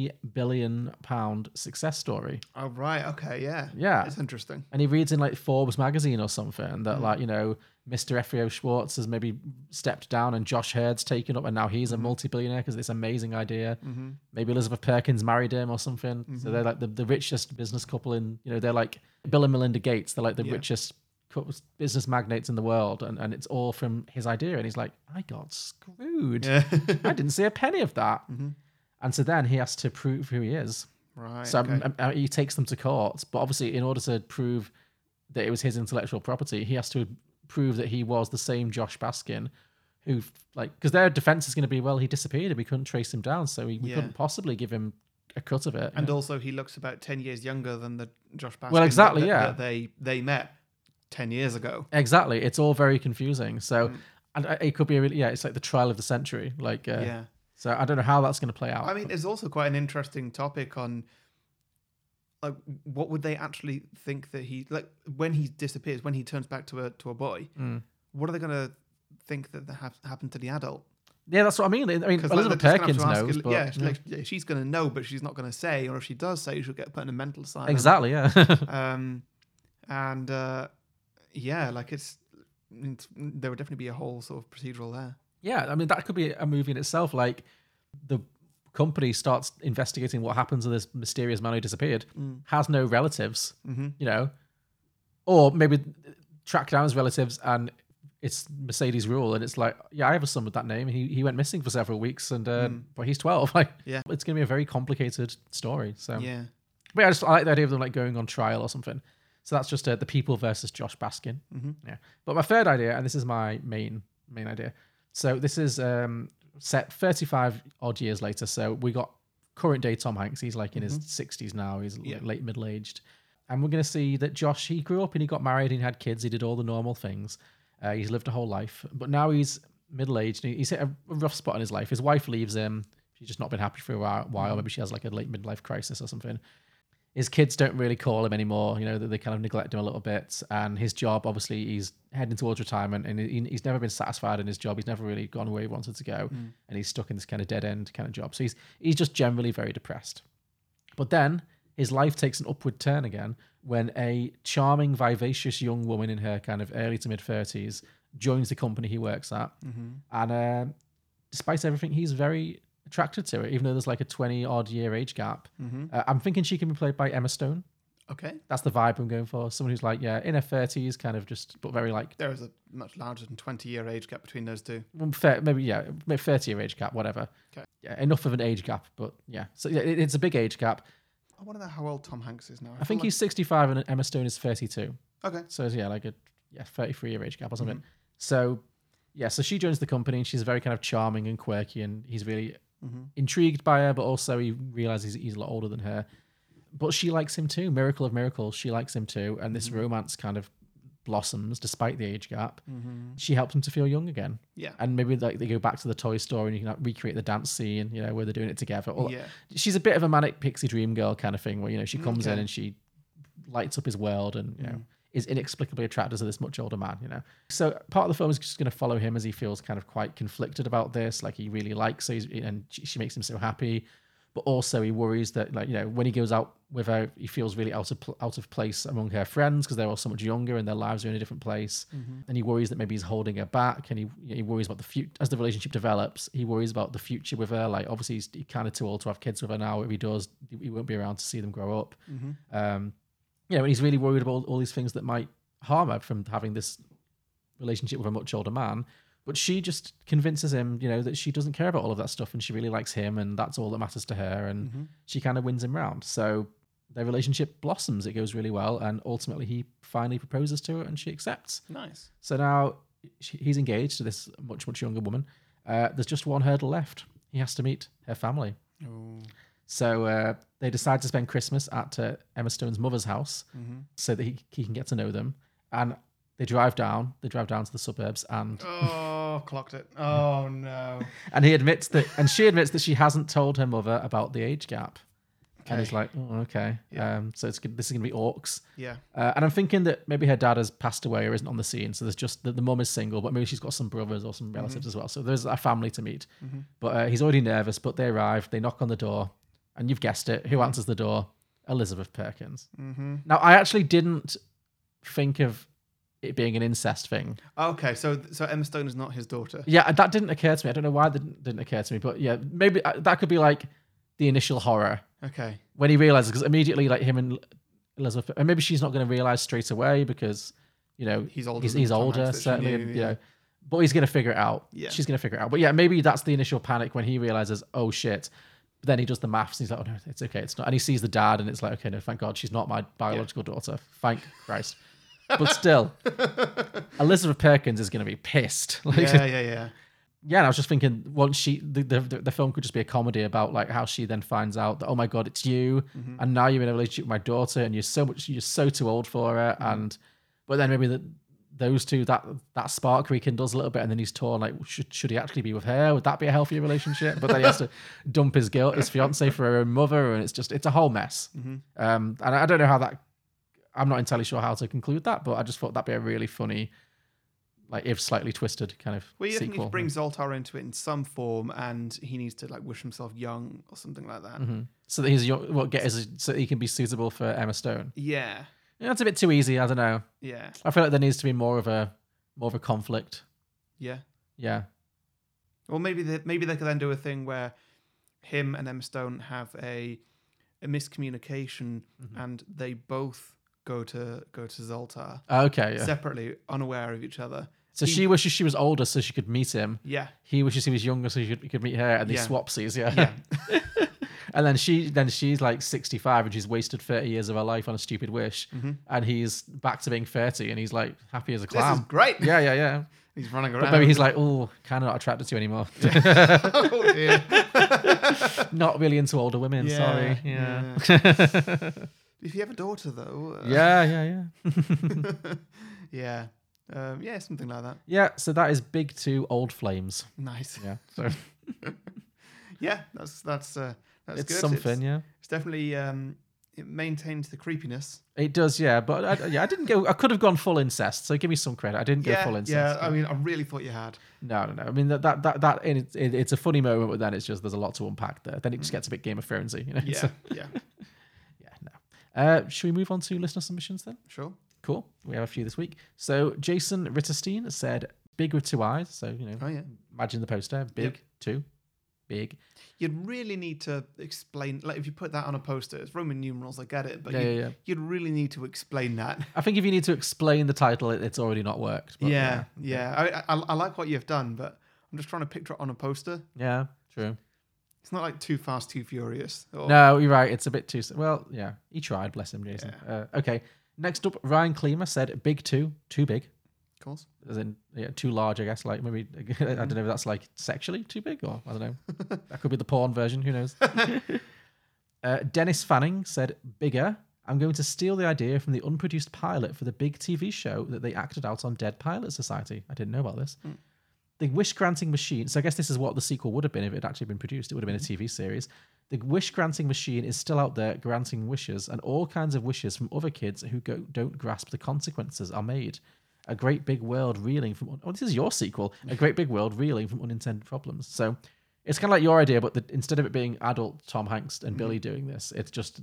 multi-billion pound success story. Oh right, okay, yeah, Yeah. it's interesting. And he reads in like Forbes magazine or something Hmm. that like, you know, Mr. Efrio Schwartz has maybe stepped down and Josh Hurd's taken up and now he's a Hmm. multi-billionaire because this amazing idea. Mhm. Maybe Elizabeth Perkins married him or something. So Mhm. they're like the, the richest business couple in, you know, they're like Bill and Melinda Gates. They're like the Yeah. richest cou- business magnates in the world. And, and it's all from his idea. And he's like, I got screwed. Yeah. I didn't see a penny of that. <laughs> Mhm. And so then he has to prove who he is. Right. So okay. um, um, uh, he takes them to court, but obviously, in order to prove that it was his intellectual property, he has to prove that he was the same Josh Baskin, who like because their defense is going to be, well, he disappeared and we couldn't trace him down, so we, we Yeah. couldn't possibly give him a cut of it. you and know? also, he looks about ten years younger than the Josh Baskin. Well, that- exactly, that- yeah. that they they met ten years ago. exactly, it's all very confusing. So, Mm. and uh, it could be a really, yeah, it's like the trial of the century. Like, uh, Yeah. So I don't know how that's going to play out. I mean, it's also quite an interesting topic on like what would they actually think that he like when he disappears, when he turns back to a to a boy. Mm. What are they going to think that ha- happened to the adult? yeah, that's what I mean. I mean, Because Elizabeth Perkins knows, but yeah, yeah. like, yeah, she's going to know, but she's not going to say, or if she does say, she'll get put in a mental asylum. exactly, yeah. <laughs> um, and uh, yeah, like it's, it's there would definitely be a whole sort of procedural there. Yeah, I mean that could be a movie in itself. Like the company starts investigating what happens to this mysterious man who disappeared, Mm. has no relatives, Mhm. you know, or maybe track down his relatives and it's Mercedes Rule, and it's like, yeah, I have a son with that name. He he went missing for several weeks, and uh, but he's twelve. <laughs> Like, Mm. Yeah. it's gonna be a very complicated story. So, Yeah, but yeah, I just I like the idea of them like going on trial or something. So that's just uh, the people versus Josh Baskin. Mhm. Yeah. But my third idea, and this is my main main idea. So this is um, set 35 odd years later. So we got current day Tom Hanks. He's like in his 60s now. He's Yeah. late middle aged, and we're gonna see that Josh. He grew up and he got married and he had kids. He did all the normal things. Uh, he's lived a whole life, but now he's middle aged. and He's hit a a rough spot in his life. His wife leaves him. She's just not been happy for a while. while. Maybe she has like a late midlife crisis or something his kids don't really call him anymore. You know, they- they kind of neglect him a little bit. And his job, obviously, he's heading towards retirement and he, he's never been satisfied in his job. He's never really gone where he wanted to go. And he's stuck in this kind of dead end kind of job. So he's, he's just generally very depressed. But then his life takes an upward turn again when a charming, vivacious young woman in her kind of early to mid 30s joins the company he works at. And um despite everything, he's very attracted to her, even though there's like a 20 odd year age gap. Uh, I'm thinking she can be played by Emma Stone. okay. That's the vibe I'm going for. Someone who's like, yeah, in her 30s, kind of just, but very like, There is a much larger than twenty year age gap between those two. well, fair, maybe, yeah, maybe 30 year age gap, whatever. Okay. Yeah, enough of an age gap, but yeah. So yeah, it, it's a big age gap. I wonder how old Tom Hanks is now. I think he's 65 and Emma Stone is 32. okay. Mm-hmm. So yeah, like a yeah, 33 year age gap or something. So yeah, so she joins the company and she's very kind of charming and quirky and he's really Mm-hmm. intrigued by her, but also he realizes he's a lot older than her. But she likes him too. Miracle of miracles, she likes him too, and Mm-hmm. this romance kind of blossoms despite the age gap. Mm-hmm. She helps him to feel young again. Yeah. And maybe like they go back to the toy store and you can like, recreate the dance scene, you know, where they're doing it together. Or, Yeah. She's a bit of a manic pixie dream girl kind of thing where, you know, she comes in Okay. and she lights up his world and, you know, is inexplicably attracted to this much older man, you know. So part of the film is just going to follow him as he feels kind of quite conflicted about this. Like he really likes her he's, and she, she makes him so happy. But also he worries that, like, you know, when he goes out with her, he feels really out of, pl- out of place among her friends because they're all so much younger and their lives are in a different place. And he worries that maybe he's holding her back and he, he worries about the future. As the relationship develops, he worries about the future with her. Like, obviously, he's kind of too old to have kids with her now. If he does, he won't be around to see them grow up. Um, you know, and he's really worried about all, all these things that might harm her from having this relationship with a much older man. But she just convinces him, you know, that she doesn't care about all of that stuff and she really likes him and that's all that matters to her. And she kind of wins him round. So their relationship blossoms, it goes really well. And ultimately, he finally proposes to her and she accepts. Nice. So now she- he's engaged to this much, much younger woman. Uh, there's just one hurdle left. He has to meet her family. So uh, they decide to spend Christmas at uh, Emma Stone's mother's house Mm-hmm. so that he, he can get to know them. And they drive down, they drive down to the suburbs, and Oh, <laughs> clocked it. Oh no. <laughs> and he admits that, and she admits that she hasn't told her mother about the age gap. Okay. And he's like, oh, okay. Um, so it's g- this is going to be orcs. Yeah. Uh, and I'm thinking that maybe her dad has passed away or isn't on the scene. So there's just the, the mum is single, but maybe she's got some brothers or some relatives as well. So there's a family to meet. Mhm. But uh, he's already nervous, but they arrive, they knock on the door, and you've guessed it. Who answers the door? Elizabeth Perkins. Mhm. Now, I actually didn't think of it being an incest thing. Okay, so so Emma Stone is not his daughter. Yeah, that didn't occur to me. I don't know why that didn't didn't occur to me, but yeah, maybe uh, that could be like the initial horror. Okay. When he realizes, because immediately, like him and L- Elizabeth, and maybe she's not going to realize straight away because, you know, He's older He's, than he's Tom Hanks older, that she certainly. knew, and, you yeah. know, but he's going to figure it out. Yeah. She's going to figure it out. But yeah, maybe that's the initial panic when he realizes, oh shit. But then he does the maths. And he's like, oh no, it's okay, it's not. And he sees the dad, and it's like, okay, no, thank God, she's not my biological daughter. Thank Christ. But <laughs> still, Elizabeth Perkins is going to be pissed. <laughs> Like, yeah, yeah, yeah. yeah, and I was just thinking once she the, the the film could just be a comedy about like how she then finds out that oh my god it's you Mm-hmm. and now you're in a relationship with my daughter and you're so much you're so too old for her Mm-hmm. and but then maybe that those two that that spark rekindles a little bit and then he's torn like should should he actually be with her would that be a healthier relationship but then he has <laughs> to dump his girl his fiance for her own mother and it's just it's a whole mess Mhm. um and I don't know how that I'm not entirely sure how to conclude that but I just thought that'd be a really funny like if slightly twisted kind of Well, you sequel. think he brings Zoltar into it in some form, and he needs to like wish himself young or something like that. Mhm. So that he's your what get is so that he can be suitable for Emma Stone. Yeah, Yeah, that's a bit too easy. I don't know. yeah, I feel like there needs to be more of a more of a conflict. yeah. Yeah. Or maybe they, maybe they could then do a thing where him and Emma Stone have a a miscommunication, Mm-hmm. and they both go to go to Zoltar Ah, Okay. Yeah. separately, unaware of each other. so He- she wishes she was older so she could meet him. Yeah. He wishes he was younger so she could, could meet her, and they Yeah. swapsies. Yeah. <laughs> and then she then she's like sixty five and she's wasted thirty years of her life on a stupid wish, Mhm. and he's back to being thirty and he's like happy as a This clam. <laughs> is <laughs> great. Yeah, yeah, yeah. He's running around. But maybe he's like, oh, kind of not attracted to you anymore. <laughs> oh dear. <laughs> not really into older women. Yeah, <laughs> sorry. Yeah. yeah. <laughs> if you have a daughter though. uh, Yeah, yeah, yeah. <laughs> yeah. Um, yeah, something like that. yeah, so that is Big Two Old Flames. Nice. Yeah. <laughs> So Yeah, that's that's uh, that's It's good. something, it's, yeah. It's definitely um, it maintains the creepiness. it does, yeah. But I, yeah, I didn't go. I could have gone full incest. So give me some credit. I didn't go yeah, full incest. yeah. I mean, I really thought <laughs> you had. no, no, no. I mean that that that, that in it, it, it's a funny moment, but then it's just there's a lot to unpack there. Then it Mm. just gets a bit Game of Thronesy, you know. Yeah, So, yeah. yeah, no. Uh, should we move on to listener submissions then? Sure. Cool. We have a few this week. So Jason Ritterstein said, "Big with two eyes." So you know, Oh yeah. imagine the poster, big two, big. You'd really need to explain, like, if you put that on a poster, it's Roman numerals. I get it, but Yeah, you'd, yeah, yeah. you'd really need to explain <laughs> that. I think if you need to explain the title, it, it's already not worked. but yeah, yeah. I, I, I like what you've done, but I'm just trying to picture it on a poster. yeah, true. It's not like too fast, too furious. Or, No, you're right. It's a bit too. s- Well, yeah, he tried. Bless him, Jason. Uh, okay. Next up, Ryan Klima said, "Big two, too big." Of course. As in, yeah, too large, I guess. Like maybe <laughs> I don't know. if That's like sexually too big, or I don't <laughs> know. that could be the porn version. Who knows? uh, Dennis Fanning said, "Bigger." I'm going to steal the idea from the unproduced pilot for the big TV show that they acted out on Dead Pilot Society. I didn't know about this. The wish granting machine. So I guess this is what the sequel would have been if it had actually been produced. It would have been Mm-hmm. a TV series. The wish granting machine is still out there granting wishes, and all kinds of wishes from other kids who go, don't grasp the consequences are made. A great big world reeling from. Oh, this is your sequel. A great big world reeling from unintended problems. So it's kind of like your idea, but the, instead of it being adult Tom Hanks and Billy Mm-hmm. doing this, it's just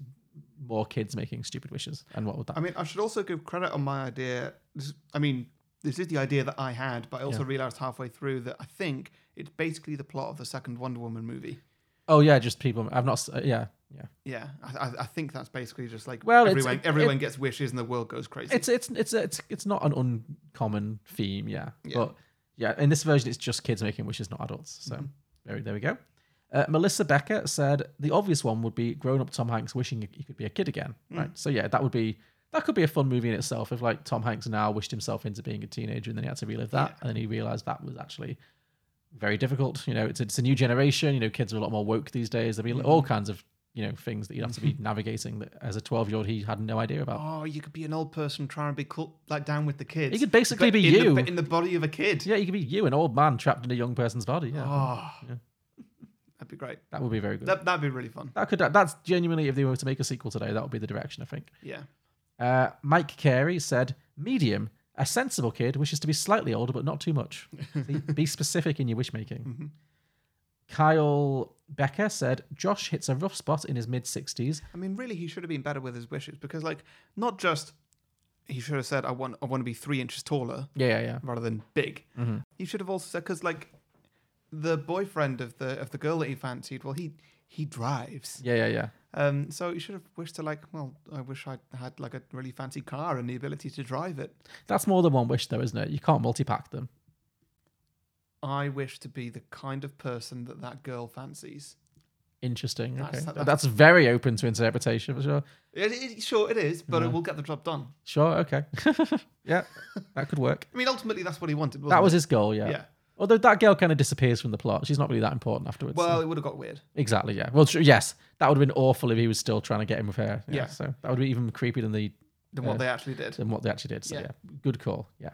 more kids making stupid wishes. And what would that? I mean, I should also give credit on my idea. This, I mean, this is the idea that I had, but I also Yeah. realized halfway through that I think it's basically the plot of the second Wonder Woman movie. oh yeah, just people. I've not. s- Uh, yeah, yeah. Yeah, I, I, I think that's basically just like Well, it's- everyone, it- everyone it- gets wishes and the world goes crazy. It's it's it's it's it's not an uncommon theme, yeah. Yeah. But yeah, in this version, it's just kids making wishes, not adults. So Mm-hmm. there, there we go. Uh, Melissa Becker said the obvious one would be grown-up Tom Hanks wishing he could be a kid again, Mm. right? So yeah, that would be that could be a fun movie in itself if like Tom Hanks now wished himself into being a teenager and then he had to relive that and then he realized that was actually very difficult. You know, it's it's a new generation. You know, kids are a lot more woke these days. There'll be Mm-hmm. all kinds of you know things that you'd have to <laughs> be navigating that as a twelve-year-old he had no idea about. oh, you could be an old person trying to be cool, like down with the kids. You could basically but be in you. the, in the body of a kid. Yeah, you could be you, an old man trapped in a young person's body. Yeah. Oh, That'd be great. That would be very good. Oh. That, that'd be really fun. That could that's genuinely if they were to make a sequel today, that would be the direction I think. Yeah. Uh, Mike Carey said, "Medium, a sensible kid wishes to be slightly older, but not too much. See, <laughs> be specific in your wish making." Mm-hmm. Kyle Becker said, "Josh hits a rough spot in his mid sixties. I mean, really, he should have been better with his wishes because, like, not just he should have said, "I want, I want to be three inches taller." Yeah, yeah, yeah. Rather than big, Mhm. he should have also said because, like, the boyfriend of the of the girl that he fancied, well, he he drives. Yeah, yeah, yeah. Um, so you should have wished to like, well, I wish I had like a really fancy car and the ability to drive it. That's more than one wish, though, isn't it? You can't multi pack them. I wish to be the kind of person that that girl fancies. Interesting. That's- okay, that's- that's, very open to interpretation for sure. It, it- sure, it is, but it Mm-hmm. will get the job done. Sure. Okay. <laughs> yeah, that could work. I mean, ultimately, that's what he wanted. that wasn't was it? his goal. Yeah. Mm-hmm. Yeah. Although that girl kind of disappears from the plot. She's not really that important afterwards. Well, so- it would have got weird. Exactly. Yeah. Well, tr- yes, that would have been awful if he was still trying to get in with her. Yeah. So that would be even creepier than the Than what they actually did. Than what they actually did. So Yeah. yeah, good call. Yeah.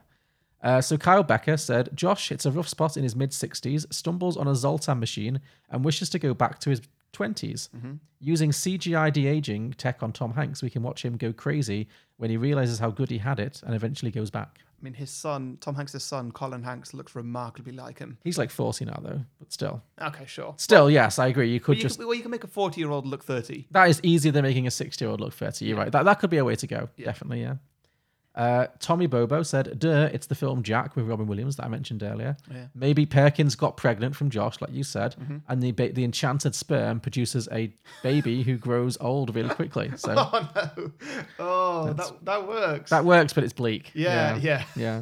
Uh, so Kyle Becker said, Josh hits a rough spot in his mid 60s, stumbles on a Zoltan machine, and wishes to go back to his 20s. Mm-hmm. Using CGI de aging tech on Tom Hanks, we can watch him go crazy when he realizes how good he had it and eventually goes back. I mean, his son, Tom Hanks' son, Colin Hanks, looks remarkably like him. He's like 40 now, though, but still. Okay, sure. Still, yes, I agree. You Well, could you, just. can, well, you can make a 40 year old look 30. That is easier than making a 60 year old look 30. You're right. That, that could be a way to go. Definitely, yeah. Uh, Tommy Bobo said, Duh, it's the film Jack with Robin Williams that I mentioned earlier. Yeah. Maybe Perkins got pregnant from Josh, like you said, and the, ba- the enchanted sperm produces a baby who grows old really quickly. So Oh, no. Oh, That's- that, that works. that works, but it's bleak. Yeah, Yeah.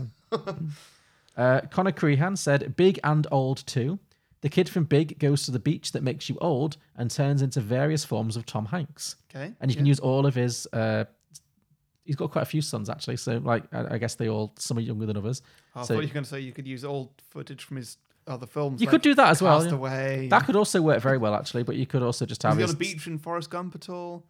uh, Connor Crehan said, Big and old too. The kid from Big goes to the beach that makes you old and turns into various forms of Tom Hanks. Okay, And you can use all of his. Uh, he's got quite a few sons actually, so like I, I guess they all some are younger than others. Oh, I so thought you were going to say you could use old footage from his other films. you like could do that as well. yeah. Castaway. That could also work very well actually, but you could also just Is have he his. on a beach in Forrest Gump at all?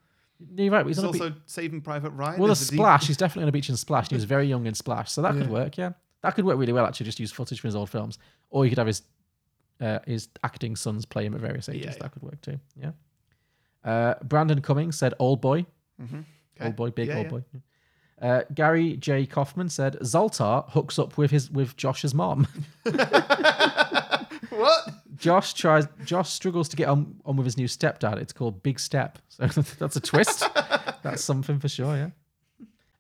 You're right. but He's, He's on a beach. also Saving Private Ryan. Well, the is the deep- splash. He's definitely on a beach in Splash. and He was very young in Splash, so that Yeah. could work. Yeah, that could work really well. Actually, just use footage from his old films, or you could have his uh, his acting sons play him at various ages. Yeah, yeah. That could work too. Yeah. Uh, Brandon Cummings said, "Old boy, Mhm. Okay. old boy, big Yeah, old yeah. boy." Uh, Gary J. Kaufman said, "Zoltar hooks up with his with Josh's mom." <laughs> What? Josh tries. Josh struggles to get on, on with his new stepdad. It's called Big Step. So <laughs> that's a twist. <laughs> that's something for sure. Yeah.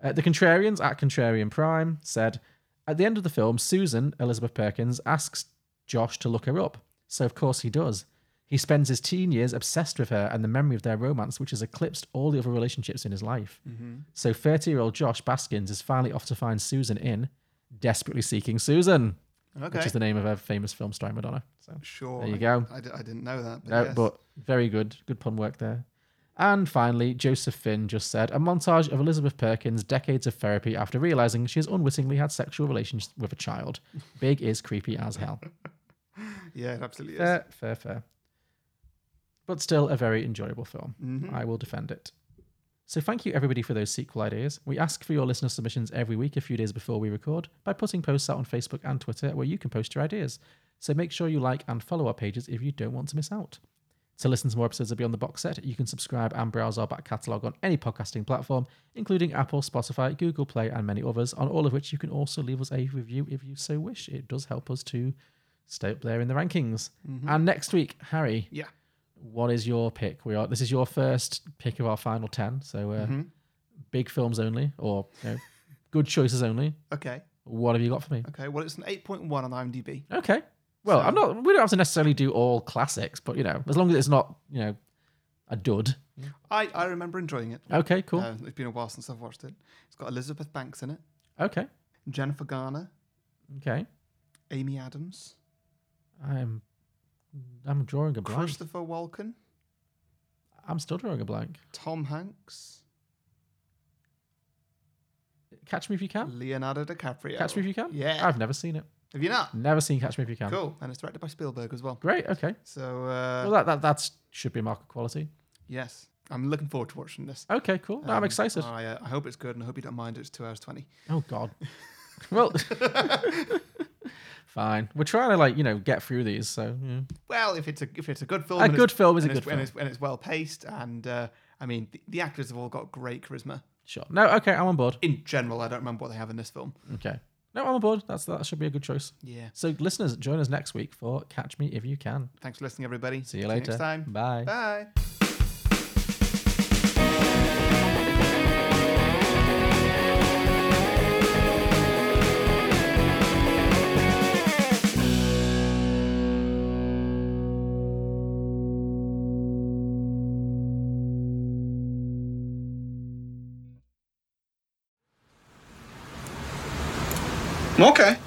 Uh, the Contrarians at Contrarian Prime said, at the end of the film, Susan Elizabeth Perkins asks Josh to look her up. So of course he does. He spends his teen years obsessed with her and the memory of their romance, which has eclipsed all the other relationships in his life. So 30 year old Josh Baskins is finally off to find Susan in Desperately Seeking Susan, Okay. which is the name of a famous film starring Madonna. So Sure. there you I- go. I, di- I didn't know that. But No, yes. Uh, but very good. Good pun work there. And finally, Joseph Finn just said a montage of Elizabeth Perkins' decades of therapy after realizing she has unwittingly had sexual relations with a child. Big is creepy as hell. yeah, it absolutely is. Fair, fair, fair. But still a very enjoyable film. Mhm. I will defend it. So thank you everybody for those sequel ideas. We ask for your listener submissions every week a few days before we record by putting posts out on Facebook and Twitter where you can post your ideas. So make sure you like and follow our pages if you don't want to miss out. To listen to more episodes of Beyond the Box Set, you can subscribe and browse our back catalogue on any podcasting platform, including Apple, Spotify, Google Play, and many others, on all of which you can also leave us a review if you so wish. It does help us to stay up there in the rankings. And next week, Harry, Yeah. what is your pick? We are this is your first pick of our final ten, so uh, Mhm. big films only, or you know, good choices only. Okay. What have you got for me? Okay. Well, it's an 8.1 on IMDb. Okay. Well, I'm not. We don't have to necessarily do all classics, but you know, as long as it's not you know a dud. I, I remember enjoying it. Okay, cool. Uh, it's been a while since I've watched it. It's got Elizabeth Banks in it, Okay, Jennifer Garner, okay. Amy Adams, I'm I'm drawing a blank. Christopher Walken, I'm still drawing a blank. Tom Hanks, Catch me if you can. Leonardo DiCaprio. Catch me if you can. Yeah. I've never seen it. Have you not? Never seen Catch Me If You Can. Cool. And it's directed by Spielberg as well. Great. Okay. So, uh, Well, that that that's, should be a mark of quality. yes, I'm looking forward to watching this. Okay, cool. No, I'm Um, excited. I, uh, I <laughs> hope it's good and I hope you don't mind. It's two hours 20. Oh God. well, Fine. We're trying to like you know get through these. So yeah. Well, if it's a if it's a good film, A and it's- good film is a and it's- good and film. it's, and it's well paced, and uh, I mean the, the actors have all got great charisma. Sure. No. Okay. I'm on board. In general, I don't remember what they have in this film. Okay. No, I'm on board. That's that should be a good choice. Yeah. So listeners, join us next week for Catch Me If You Can. Thanks for listening, everybody. See you later. next time. Bye. Bye. Okay.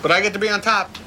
But I get to be on top.